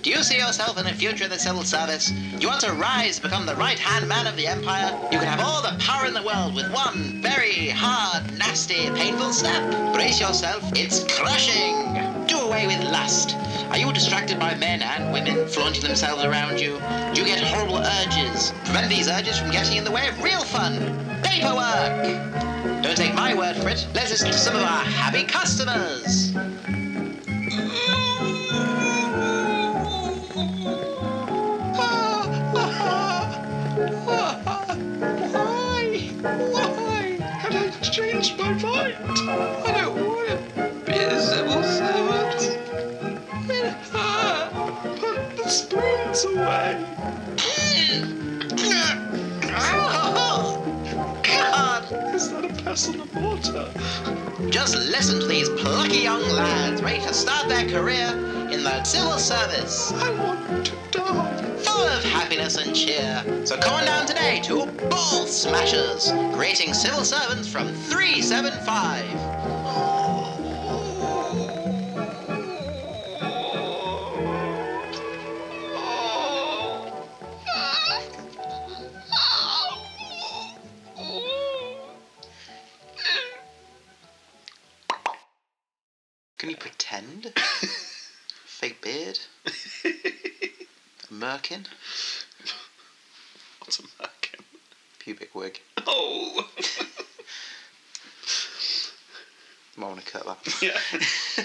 Speaker 1: Do you see yourself in the future in the civil service? You want to rise, become the right hand man of the empire? You can have all the power in the world with one very hard, nasty, painful step. Brace yourself, it's crushing! Do away with lust. Are you distracted by men and women flaunting themselves around you? Do you get horrible urges? Prevent these urges from getting in the way of real fun. Paperwork! Don't take my word for it. Let's listen to some of our happy customers. Why? Why have I changed my mind? I don't want to be a civil servant. It hurt. Put the spoons away. God, is that a vessel of water? Just listen to these plucky young lads ready to start their career in the civil service. I want to die. Full of happiness chorus and cheer. So come on down today to Ball Smashers, creating civil servants from 375. Can you <laughs> pretend? Fake <laughs> beard? Merkin?
Speaker 5: What's a merkin?
Speaker 1: Pubic wig.
Speaker 5: Oh!
Speaker 1: Might want to cut that.
Speaker 5: yeah.